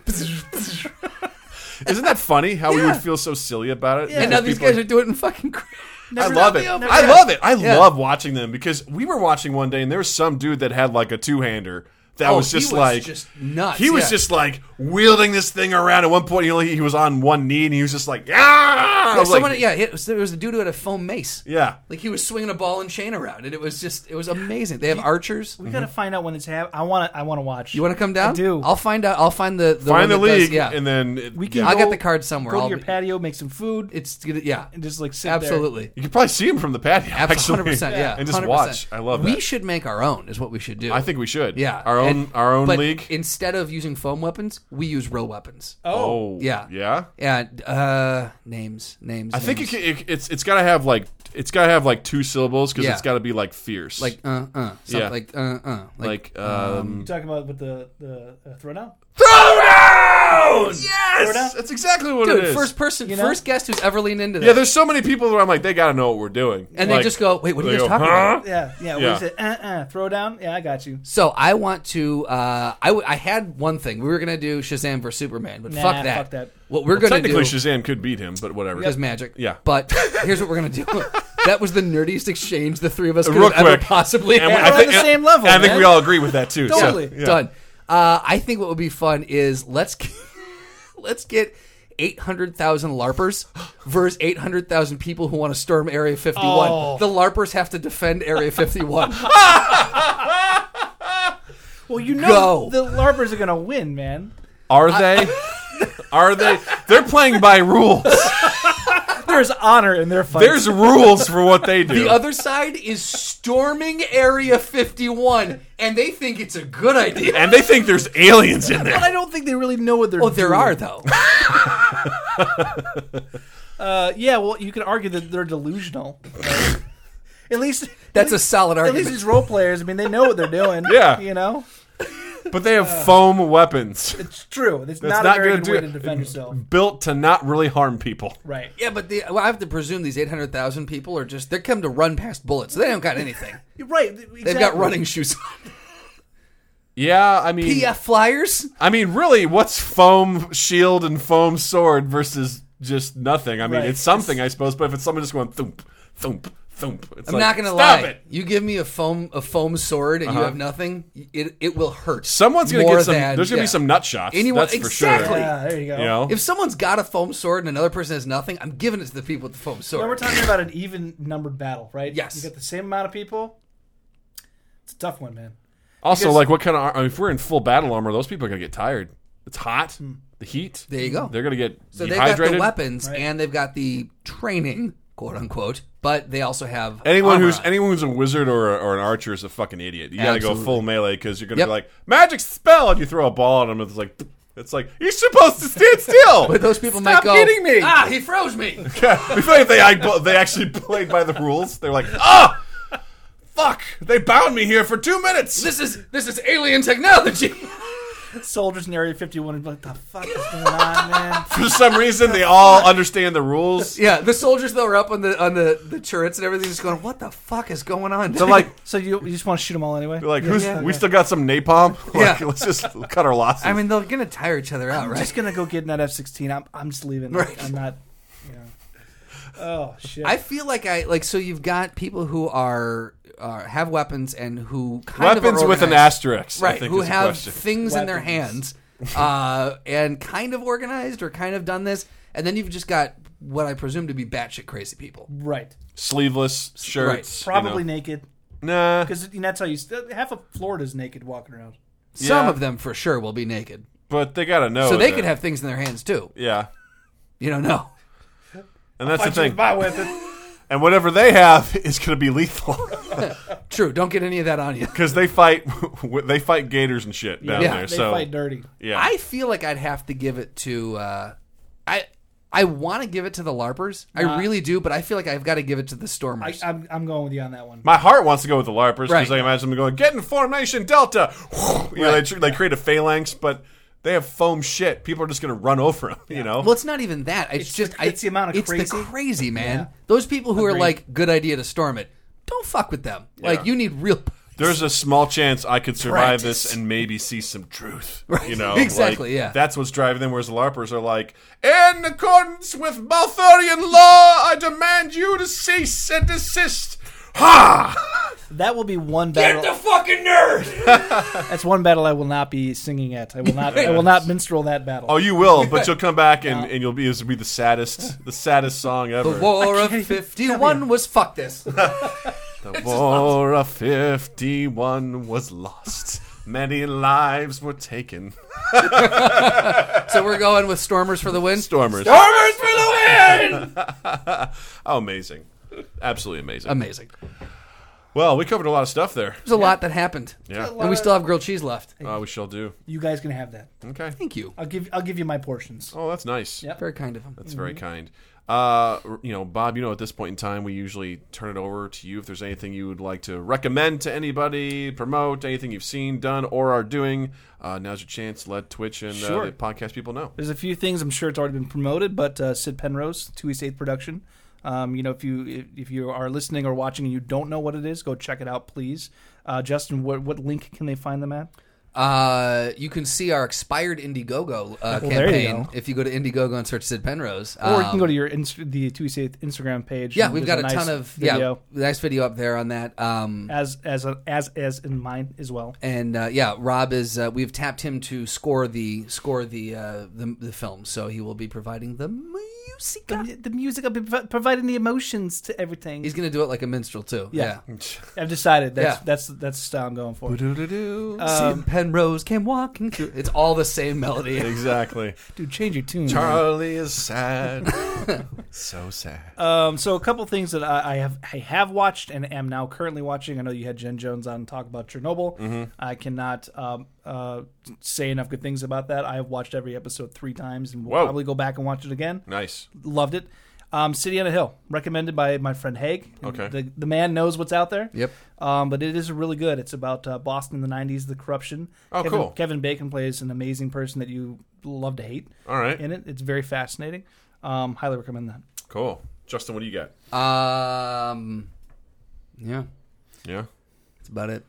S1: Isn't that funny? How we would feel so silly about it.
S4: And now
S1: because
S4: these
S1: people are-
S4: guys are doing it in fucking. Cra-
S1: I
S3: Never
S1: love
S3: got
S1: it.
S3: me over
S1: I
S3: that.
S1: love it. I
S4: Yeah.
S1: love watching them because we were watching one day and there was some dude that had like a two hander that
S4: Oh,
S1: was
S4: he
S1: just
S4: was
S1: like
S4: just nuts,
S1: He was
S4: yeah.
S1: just like wielding this thing around. At one point, he, only, he was on one knee and he was just like, yeah.
S4: Yeah, someone, yeah, it was, there was a dude who had a foam mace.
S1: yeah.
S4: Like he was swinging a ball and chain around, and it was just, it was amazing. They have archers.
S3: We gotta find out when this happens. I want to. I want to watch.
S4: Mm-hmm. You want to come down?
S3: I do.
S4: I'll find out. I'll find the, the
S1: Find
S4: one
S1: the
S4: that does-
S1: league,
S4: yeah,
S1: and then it-
S3: We can
S1: yeah.
S4: I'll get
S3: Go-
S4: the card somewhere.
S3: go
S4: I'll
S3: to your
S4: be-
S3: patio, make some food,
S4: It's gonna- yeah,
S3: and just like sit there.
S4: absolutely.
S1: you can probably see him from the patio.
S4: Absolutely,
S1: Actually,
S4: 100%, yeah,
S1: and just
S4: 100%.
S1: watch. I love
S4: We
S1: that.
S4: should make our own. Is what we should do.
S1: I think we should.
S4: yeah,
S1: our own
S4: and-
S1: our own
S4: but
S1: league.
S4: Instead of using foam weapons, we use real weapons.
S3: Oh,
S1: oh
S4: yeah.
S1: yeah.
S4: Yeah, uh, names, names.
S1: I think it,
S4: names.
S1: can- it, it's it's got to have like it's got to have like two syllables because
S4: Yeah.
S1: it's got to be like fierce,
S4: like uh uh, something
S1: Yeah.
S4: like uh uh, like,
S1: like um,
S3: you talking about with the the uh, throwdown?
S1: Throwdown! Yes!
S3: Throwdown?
S1: That's exactly what it
S4: dude,
S1: is.
S4: first person,
S3: You know?
S4: first guest who's ever leaned into that.
S1: yeah, there's so many people where I'm like, they gotta know what we're doing.
S4: and
S1: like,
S4: they just go, wait, what are you
S1: they
S4: guys
S1: go,
S4: talking about?
S1: huh?
S3: Yeah, yeah.
S1: Yeah.
S3: We said uh uh throwdown. Yeah, I got you.
S4: So I want to. Uh, I w- I had one thing we were gonna do Shazam versus Superman, but
S3: Nah,
S4: fuck, that.
S3: fuck that.
S4: What we're gonna do
S1: Technically,
S4: is
S1: Shazam could beat him, but whatever.
S4: magic.
S1: Yeah.
S4: But here's what we're gonna do. that was the nerdiest exchange the three of us could
S1: Uh, Real
S4: have ever
S1: quick.
S4: possibly
S1: And I
S4: had.
S3: We're on
S1: think-
S3: the same level,
S1: and I think
S3: man.
S1: we all agree with that too. so,
S3: Totally.
S1: yeah.
S4: Done. Uh, I think what would be fun is let's get, let's get. 800,000 LARPers versus 800,000 people who want to storm Area 51.
S3: Oh.
S4: The LARPers have to defend Area 51.
S3: Well, you
S4: Go.
S3: know the larpers are gonna win, man.
S1: Are they? Are they? They're playing by rules.
S3: There's honor in their fight.
S1: There's rules for what they do.
S4: The other side is storming Area 51, and they think it's a good idea.
S1: and they think there's aliens in
S3: But
S1: there.
S3: I don't think they really know what they're.
S4: Oh, there
S3: doing.
S4: are, though.
S3: Uh, yeah, well, you could argue that they're delusional. at least
S4: That's a solid
S3: at least
S4: argument.
S3: these role players. I mean, they know what they're doing.
S1: Yeah.
S3: you know,
S1: But they have foam weapons
S3: it's true. It's
S1: That's
S3: not,
S1: not
S3: a very
S1: gonna
S3: good
S1: do
S3: way
S1: it.
S3: to defend yourself.
S1: built to not really harm people.
S3: Right.
S4: Yeah, but the, well, I have to presume these 800,000 people are just, they're come to run past bullets, so they don't got anything.
S3: You're Right. Exactly.
S4: They've got running shoes on.
S1: Yeah, I mean,
S4: PF Flyers?
S1: I mean, really, what's foam shield and foam sword versus just nothing? I mean,
S3: Right.
S1: it's something, I suppose, but if it's someone just going thump, thump, thump, it's
S4: I'm
S1: like,
S4: not going to
S1: stop
S4: lie.
S1: it. Uh-huh.
S4: You give me a foam a foam sword and you have nothing, it, it will hurt.
S1: Someone's going to
S4: more
S1: get some.
S4: than-
S1: there's going to
S4: yeah.
S1: be some nut shots.
S4: Anyone-
S1: that's for sure.
S4: exactly.
S3: Yeah, there you go.
S1: You know,
S4: If someone's got a foam sword and another person has nothing, I'm giving it to the people with the foam sword.
S3: When we're talking about an even numbered battle, right?
S4: Yes.
S3: You got the same amount of people. It's a tough one, man.
S1: also,
S3: because-
S1: like, what kind of? ar- I mean, if we're in full battle armor, those people are going to get tired. It's hot. The heat.
S4: Hmm. There you go.
S1: They're going to get
S4: So they've
S1: dehydrated.
S4: got the weapons and they've got the training, quote unquote, but they also have
S1: Anyone
S4: armor
S1: who's
S4: on.
S1: anyone who's a wizard or, a, or an archer is a fucking idiot. You got to go
S4: Absolutely.
S1: full melee because you're going to
S4: Yep.
S1: be like magic spell, and you throw a ball at him. And it's like it's like you're supposed to stand still.
S4: But those people
S1: Stop
S4: might go.
S1: kidding me.
S4: Ah, he froze me.
S1: we feel like they I, they actually played by the rules. They're like, ah, fuck, they bound me here for two minutes.
S4: this is this is alien technology.
S3: Soldiers in Area 51 are like, the fuck is going on, man?
S1: For some reason, they all understand the rules.
S4: yeah, the soldiers that were up on the on the, the turrets and everything, just going, "What the fuck is going on?"
S1: They're like,
S3: So you, you just want to shoot them all anyway?
S1: they're like, who's?
S4: yeah,
S1: we still got some napalm. Like,
S4: Yeah.
S1: let's just cut our losses.
S4: I mean, they're gonna tire each other out,
S3: I'm
S4: right?
S3: just gonna go get in that F-16. I'm, I'm just leaving.
S4: Right.
S3: I'm not. Yeah. Oh shit.
S4: I feel like I like so you've got people who are uh, have weapons and who kind of
S1: weapons
S4: are
S1: with an
S4: organized.
S1: asterisk. I
S4: right?
S1: think
S4: Who
S1: is the
S4: have
S1: question.
S4: things in their
S3: Weapons.
S4: hands uh, and kind of organized or kind of done this. And then you've just got what I presume to be batshit crazy people.
S3: Right.
S1: Sleeveless shirts. you know.
S3: Probably naked.
S1: Nah.
S3: Because you know, that's how you. St- half of Florida's naked walking around.
S4: Some
S1: Yeah. Oh,
S4: of them for sure will be naked.
S1: But they gotta know.
S4: So they
S1: that-
S4: could have things in their hands too.
S1: Yeah.
S4: You don't know.
S1: And that's the
S3: Fight you
S1: thing.
S3: with my weapon.
S1: And whatever they have is gonna be lethal.
S4: True. Don't get any of that on you.
S1: Because they fight, they fight gators and shit down
S4: Yeah.
S1: there.
S3: they
S1: So
S3: fight dirty.
S1: yeah,
S4: I feel like I'd have to give it to. Uh, I I want to give it to the LARPers. I really do, but I feel like I've got to give it to the
S3: I,
S4: Stormers.
S3: I'm, I'm going with you on that one.
S1: my heart wants to go with the larpers because
S4: Right.
S1: I imagine them going get in formation delta. You know, they, tr- they create a phalanx, but they have foam shit. People are just gonna run over them. You know,
S4: well, it's not even that. It's,
S3: It's
S4: just
S3: the- it's the amount of
S4: it's the
S3: crazy.
S4: crazy man. Those people who are like, good idea to storm it. Don't fuck with them. Like you need real.
S1: there's a small chance I could survive
S4: Practice.
S1: this and maybe see some truth.
S4: Right.
S1: You know,
S4: Exactly,
S1: like,
S4: yeah.
S1: that's what's driving them. Whereas the larpers are like, in accordance with Malthorian law, I demand you to cease and desist. Ha!
S3: That will be one battle.
S4: fucking nerd.
S3: That's one battle I will not be singing at. I will not. I will not minstrel that battle.
S1: Oh, you will, but you'll come back and, and you'll be this will be the saddest, the saddest song ever.
S4: The War of
S3: can't even-
S4: '51 was fuck this.
S1: The War of '51 was lost. Many lives were taken.
S4: so we're going with Stormers for the win.
S1: Stormers.
S4: Stormers for the win.
S1: Oh, amazing. Absolutely amazing.
S4: Amazing.
S1: well, we covered a lot of stuff there.
S4: There's a lot that happened.
S1: Yeah.
S4: And we still have grilled cheese left.
S1: Oh, we shall do.
S3: you guys can have that.
S1: Okay.
S4: Thank you.
S3: I'll give. I'll give you my portions.
S1: Oh, that's nice.
S3: Yep. Mm-hmm.
S4: Very kind of him.
S1: That's very kind. Uh, r- you know, Bob, you know, at this point in time, we usually turn it over to you if there's anything you would like to recommend to anybody, promote, anything you've seen, done, or are doing. Uh, now's your chance. Let Twitch and uh,
S3: Sure.
S1: the podcast people know.
S3: There's a few things I'm sure it's already been promoted, but uh, Sid Penrose, Two East Eighth Production. Um, you know, if you if, if you are listening or watching and you don't know what it is, go check it out, please. Uh, Justin, what, what link can they find them at?
S4: Uh, you can see our expired Indiegogo uh,
S3: Well, there you
S4: campaign
S3: go.
S4: if you go to Indiegogo and search Sid Penrose. Um,
S3: Or you can go to your inst- the Two East Eighth Instagram page.
S4: yeah,
S3: and
S4: we've got
S3: there's
S4: a,
S3: nice
S4: ton of
S3: video
S4: yeah, nice video up there on that. Um,
S3: as as a, as as in mine as well.
S4: and uh, yeah, Rob is uh, we've tapped him to score the score the uh, the, the film, so he will be providing the music.
S3: The, mu- the music will be prov- providing the emotions to everything.
S4: He's gonna do it like a minstrel too. Yeah.
S3: Yeah. I've decided that's
S4: Yeah.
S3: that's that's the style I'm going for. Um,
S4: Sid Penrose came walking through. It's all the same melody.
S1: Exactly.
S3: Dude, change your tune. man.
S1: Charlie is sad. so sad.
S3: Um, so a couple things that I, I have I have watched and am now currently watching. I know you had Jen Jones on to talk about Chernobyl.
S4: Mm-hmm.
S3: I cannot um, uh, say enough good things about that. I have watched every episode three times and will
S1: Whoa.
S3: probably go back and watch it again.
S1: nice.
S3: Loved it. Um, City on a Hill, recommended by my friend Haig.
S1: Okay.
S3: The, the man knows what's out there.
S4: Yep.
S3: Um, but it is really good. It's about uh, Boston in the 90s, the corruption.
S1: Oh,
S3: Kevin,
S1: cool.
S3: Kevin Bacon plays an amazing person that you love to hate
S1: All right.
S3: in it. It's very fascinating. Um, highly recommend that.
S1: Cool. Justin, what do you got?
S4: Um, yeah,
S1: Yeah.
S4: that's about it.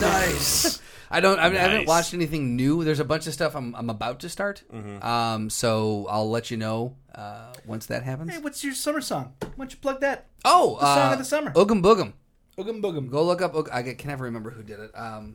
S4: nice. I don't. I, mean, I haven't
S1: Nice.
S4: watched anything new. There's a bunch of stuff I'm, I'm about to start. Um, so I'll let you know uh, once that happens.
S3: Hey, what's your summer song? Why don't you plug that?
S4: oh,
S3: the song
S4: uh,
S3: of the summer.
S4: Oogum Boogum.
S3: Oogum Boogum.
S4: Go look up. Oog- I can never remember who did it. Um,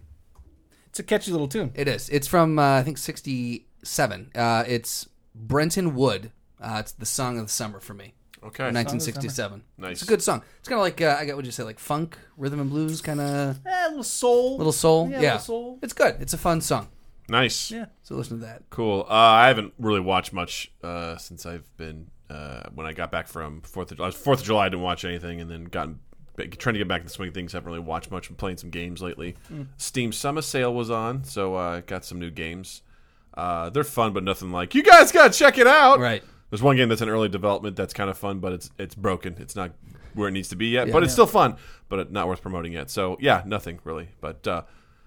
S3: It's a catchy little tune.
S4: it is. It's from uh, I think '67. Uh, it's Brenton Wood. Uh, it's the song of the summer for me.
S1: Okay.
S4: 1967.
S1: Nice.
S4: It's a good song. It's kind of like uh, I got what you say, like funk, rhythm and blues, kind of
S3: Eh, a little soul.
S4: little soul.
S3: Yeah,
S4: Yeah,
S3: a little soul.
S4: It's good. It's a fun song.
S1: Nice.
S3: Yeah.
S4: So listen to that.
S1: Cool. Uh, I haven't really watched much uh, since I've been uh, when I got back from Fourth of July. Fourth of July, I didn't watch anything, and then gotten trying to get back in the swing of things. Haven't really watched much. Been playing some games lately.
S3: Hmm.
S1: Steam Summer Sale was on, so uh, got some new games. Uh, they're fun, but nothing like you guys got to check it out.
S4: Right.
S1: There's one game that's in early development that's kind of fun, but it's it's broken. It's not where it needs to be yet, but it's still fun, but it- not worth promoting yet. So yeah, nothing really, but uh,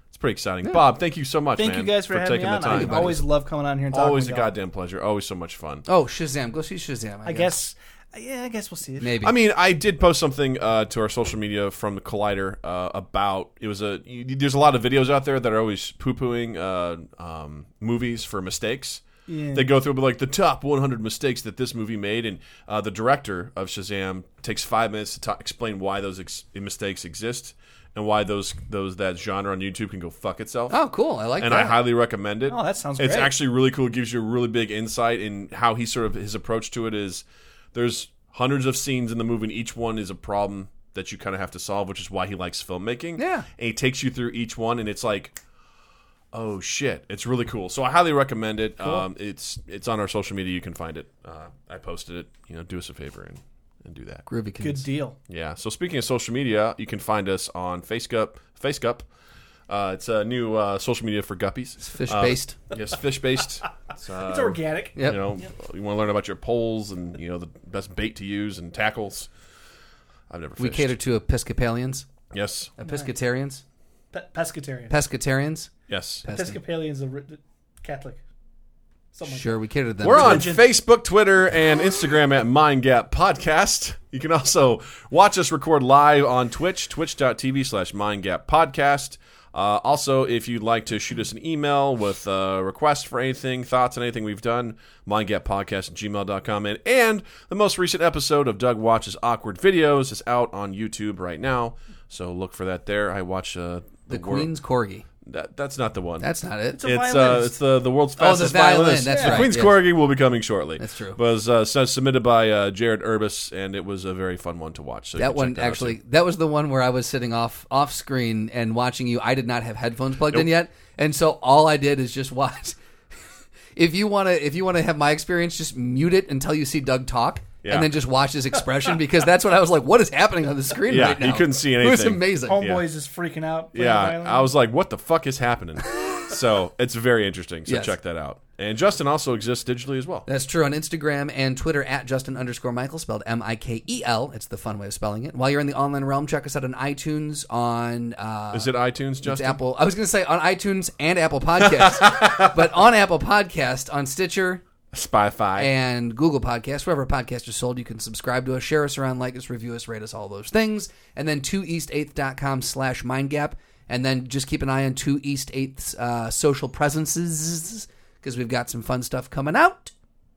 S1: it's pretty exciting. Bob, thank you so much.
S3: Thank
S1: man,
S3: you guys for, having
S1: taking
S3: me
S1: the
S3: on.
S1: time.
S3: I always love coming on here and talking.
S1: Always
S3: with
S1: a
S3: y'all.
S1: goddamn pleasure. Always so much fun.
S4: Oh, Shazam! Go see Shazam. I,
S3: I guess. uh, Yeah, I guess we'll see it.
S4: maybe.
S1: I mean, I did post something uh, to our social media from the Collider uh, about it was a. You, there's a lot of videos out there that are always poo pooing uh, um, movies for mistakes. They go through like the top 100 mistakes that this movie made, and uh, the director of Shazam takes five minutes to ta explain why those ex- mistakes exist. and why those those that genre on YouTube can go fuck itself.
S4: Oh, cool. I like
S1: and
S4: that.
S1: I highly recommend it.
S3: Oh, that sounds
S1: It's
S3: great.
S1: actually really cool. It gives you a really big insight in how he sort of his approach to it is. There's hundreds of scenes in the movie, and each one is a problem that you kind of have to solve, which is why he likes filmmaking.
S4: Yeah.
S1: and he takes you through each one, and it's like. Oh shit! It's really cool, so I highly recommend it. Um, it's it's on our social media. You can find it. Uh, I posted it. You know, do us a favor and, and do that.
S4: Groovy
S3: Good
S4: kids.
S3: deal.
S1: Yeah. So speaking of social media, you can find us on FaceGup. FaceGup. Uh, it's a new uh, social media for guppies. It's
S4: Fish based.
S1: yes, fish based. It's, uh,
S3: It's organic.
S4: Yep.
S1: You know, you want to learn about your poles and you know the best bait to use and tackles. I've never fished.
S4: we cater to Episcopalians,
S1: Yes.
S4: Episcotarians,
S3: Pe- pescatarian.
S4: Pescatarians.
S1: Yes.
S3: Episcopalian's a ri- Catholic. Something like
S4: Sure, we cater to them.
S1: We're on
S3: Religion.
S1: Facebook, Twitter, and Instagram at Mind Gap Podcast. You can also watch us record live on Twitch, twitch.tv slash Mind Gap Podcast. Uh, also, if you'd like to shoot us an email with uh, requests for anything, thoughts on anything we've done, mindgappodcast at gmail.com. And, and the most recent episode of Doug Watches Awkward Videos is out on YouTube right now. So look for that there. I watch uh,
S4: the
S1: wor-
S4: Queen's Corgi.
S1: That, that's not the one.
S4: That's not it.
S3: a-
S1: It's uh,
S3: violinist.
S1: it's the the world's
S4: Oh, the
S1: fastest
S4: violin,
S1: violinist.
S4: that's
S1: the
S4: right,
S1: Queen's
S4: yes.
S1: Corgi will be coming shortly.
S4: That's true.
S1: Was uh, s- submitted by uh, Jared Urbis, and it was a very fun one to watch. So you
S4: that
S1: can
S4: one
S1: check out
S4: actually.
S1: too.
S4: That was the one where I was sitting off off screen and watching you. I did not have headphones plugged in yet, and so all I did is just watch. if you want to, if you want to have my experience, just mute it until you see Doug talk.
S1: Yeah.
S4: And then just watch his expression because that's what I was like. What is happening on the screen
S1: Yeah,
S4: right now?
S1: you couldn't see
S4: It was
S1: anything.
S4: amazing.
S3: Homeboys is freaking out. playing the
S1: yeah,
S3: violin.
S1: I was like, what the fuck is happening? so it's very interesting. So
S4: Yes.
S1: check that out. And Justin also exists digitally as well.
S4: That's true on Instagram and Twitter at Justin underscore Michael, spelled M I K E L. It's the fun way of spelling it. While you're in the online realm, check us out on iTunes, on uh,
S1: Is it iTunes,
S4: it's
S1: Justin?
S4: Apple. I was going to say on iTunes and Apple Podcasts, but on Apple Podcasts, on Stitcher
S1: Spotify.
S4: and Google Podcasts, wherever podcasts are sold, you can subscribe to us, share us around, like us, review us, rate us, all those things. And then 2east8th.com slash mindgap. And then just keep an eye on 2east8th's uh, social presences because we've got some fun stuff coming out.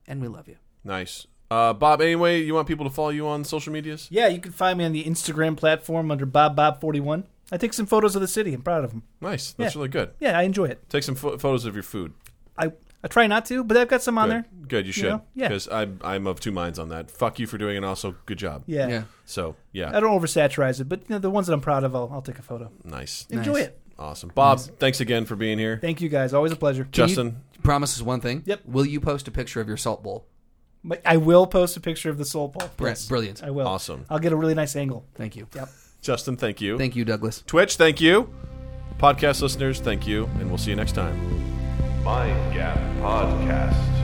S4: And we love you.
S1: nice. Uh, Bob, anyway, you want people to follow you on social medias?
S3: Yeah, you can find me on the Instagram platform under BobBob41. I take some photos of the city. I'm proud of them.
S1: Nice. That's
S3: Yeah.
S1: really good.
S3: Yeah, I enjoy it.
S1: Take some pho- photos of your food.
S3: I I try not to, but I've got some on
S1: Good.
S3: there.
S1: Good, you should.
S3: know? Yeah.
S1: Because I'm, I'm of two minds on that. Fuck you for doing it, also good job.
S3: Yeah.
S4: Yeah.
S1: So, yeah.
S3: I don't oversaturize it, but you know, the ones that I'm proud of, I'll, I'll take a photo.
S1: Nice.
S3: Enjoy
S4: Nice.
S3: it.
S1: Awesome. Bob, thanks again for being here.
S3: Thank you guys. Always a pleasure.
S4: Can
S1: Justin,
S4: you promise us one thing.
S3: Yep.
S4: Will you post a picture of your salt bowl?
S3: But I will post a picture of the soul ball.
S4: Br-
S3: Yes,
S4: Brilliant.
S3: I will.
S1: Awesome.
S3: I'll get a really nice angle.
S4: Thank you.
S3: Yep.
S1: Justin, thank you.
S4: Thank you, Douglas.
S1: Twitch, thank you. Podcast listeners, thank you. And we'll see you next time.
S5: Mind Gap Podcast.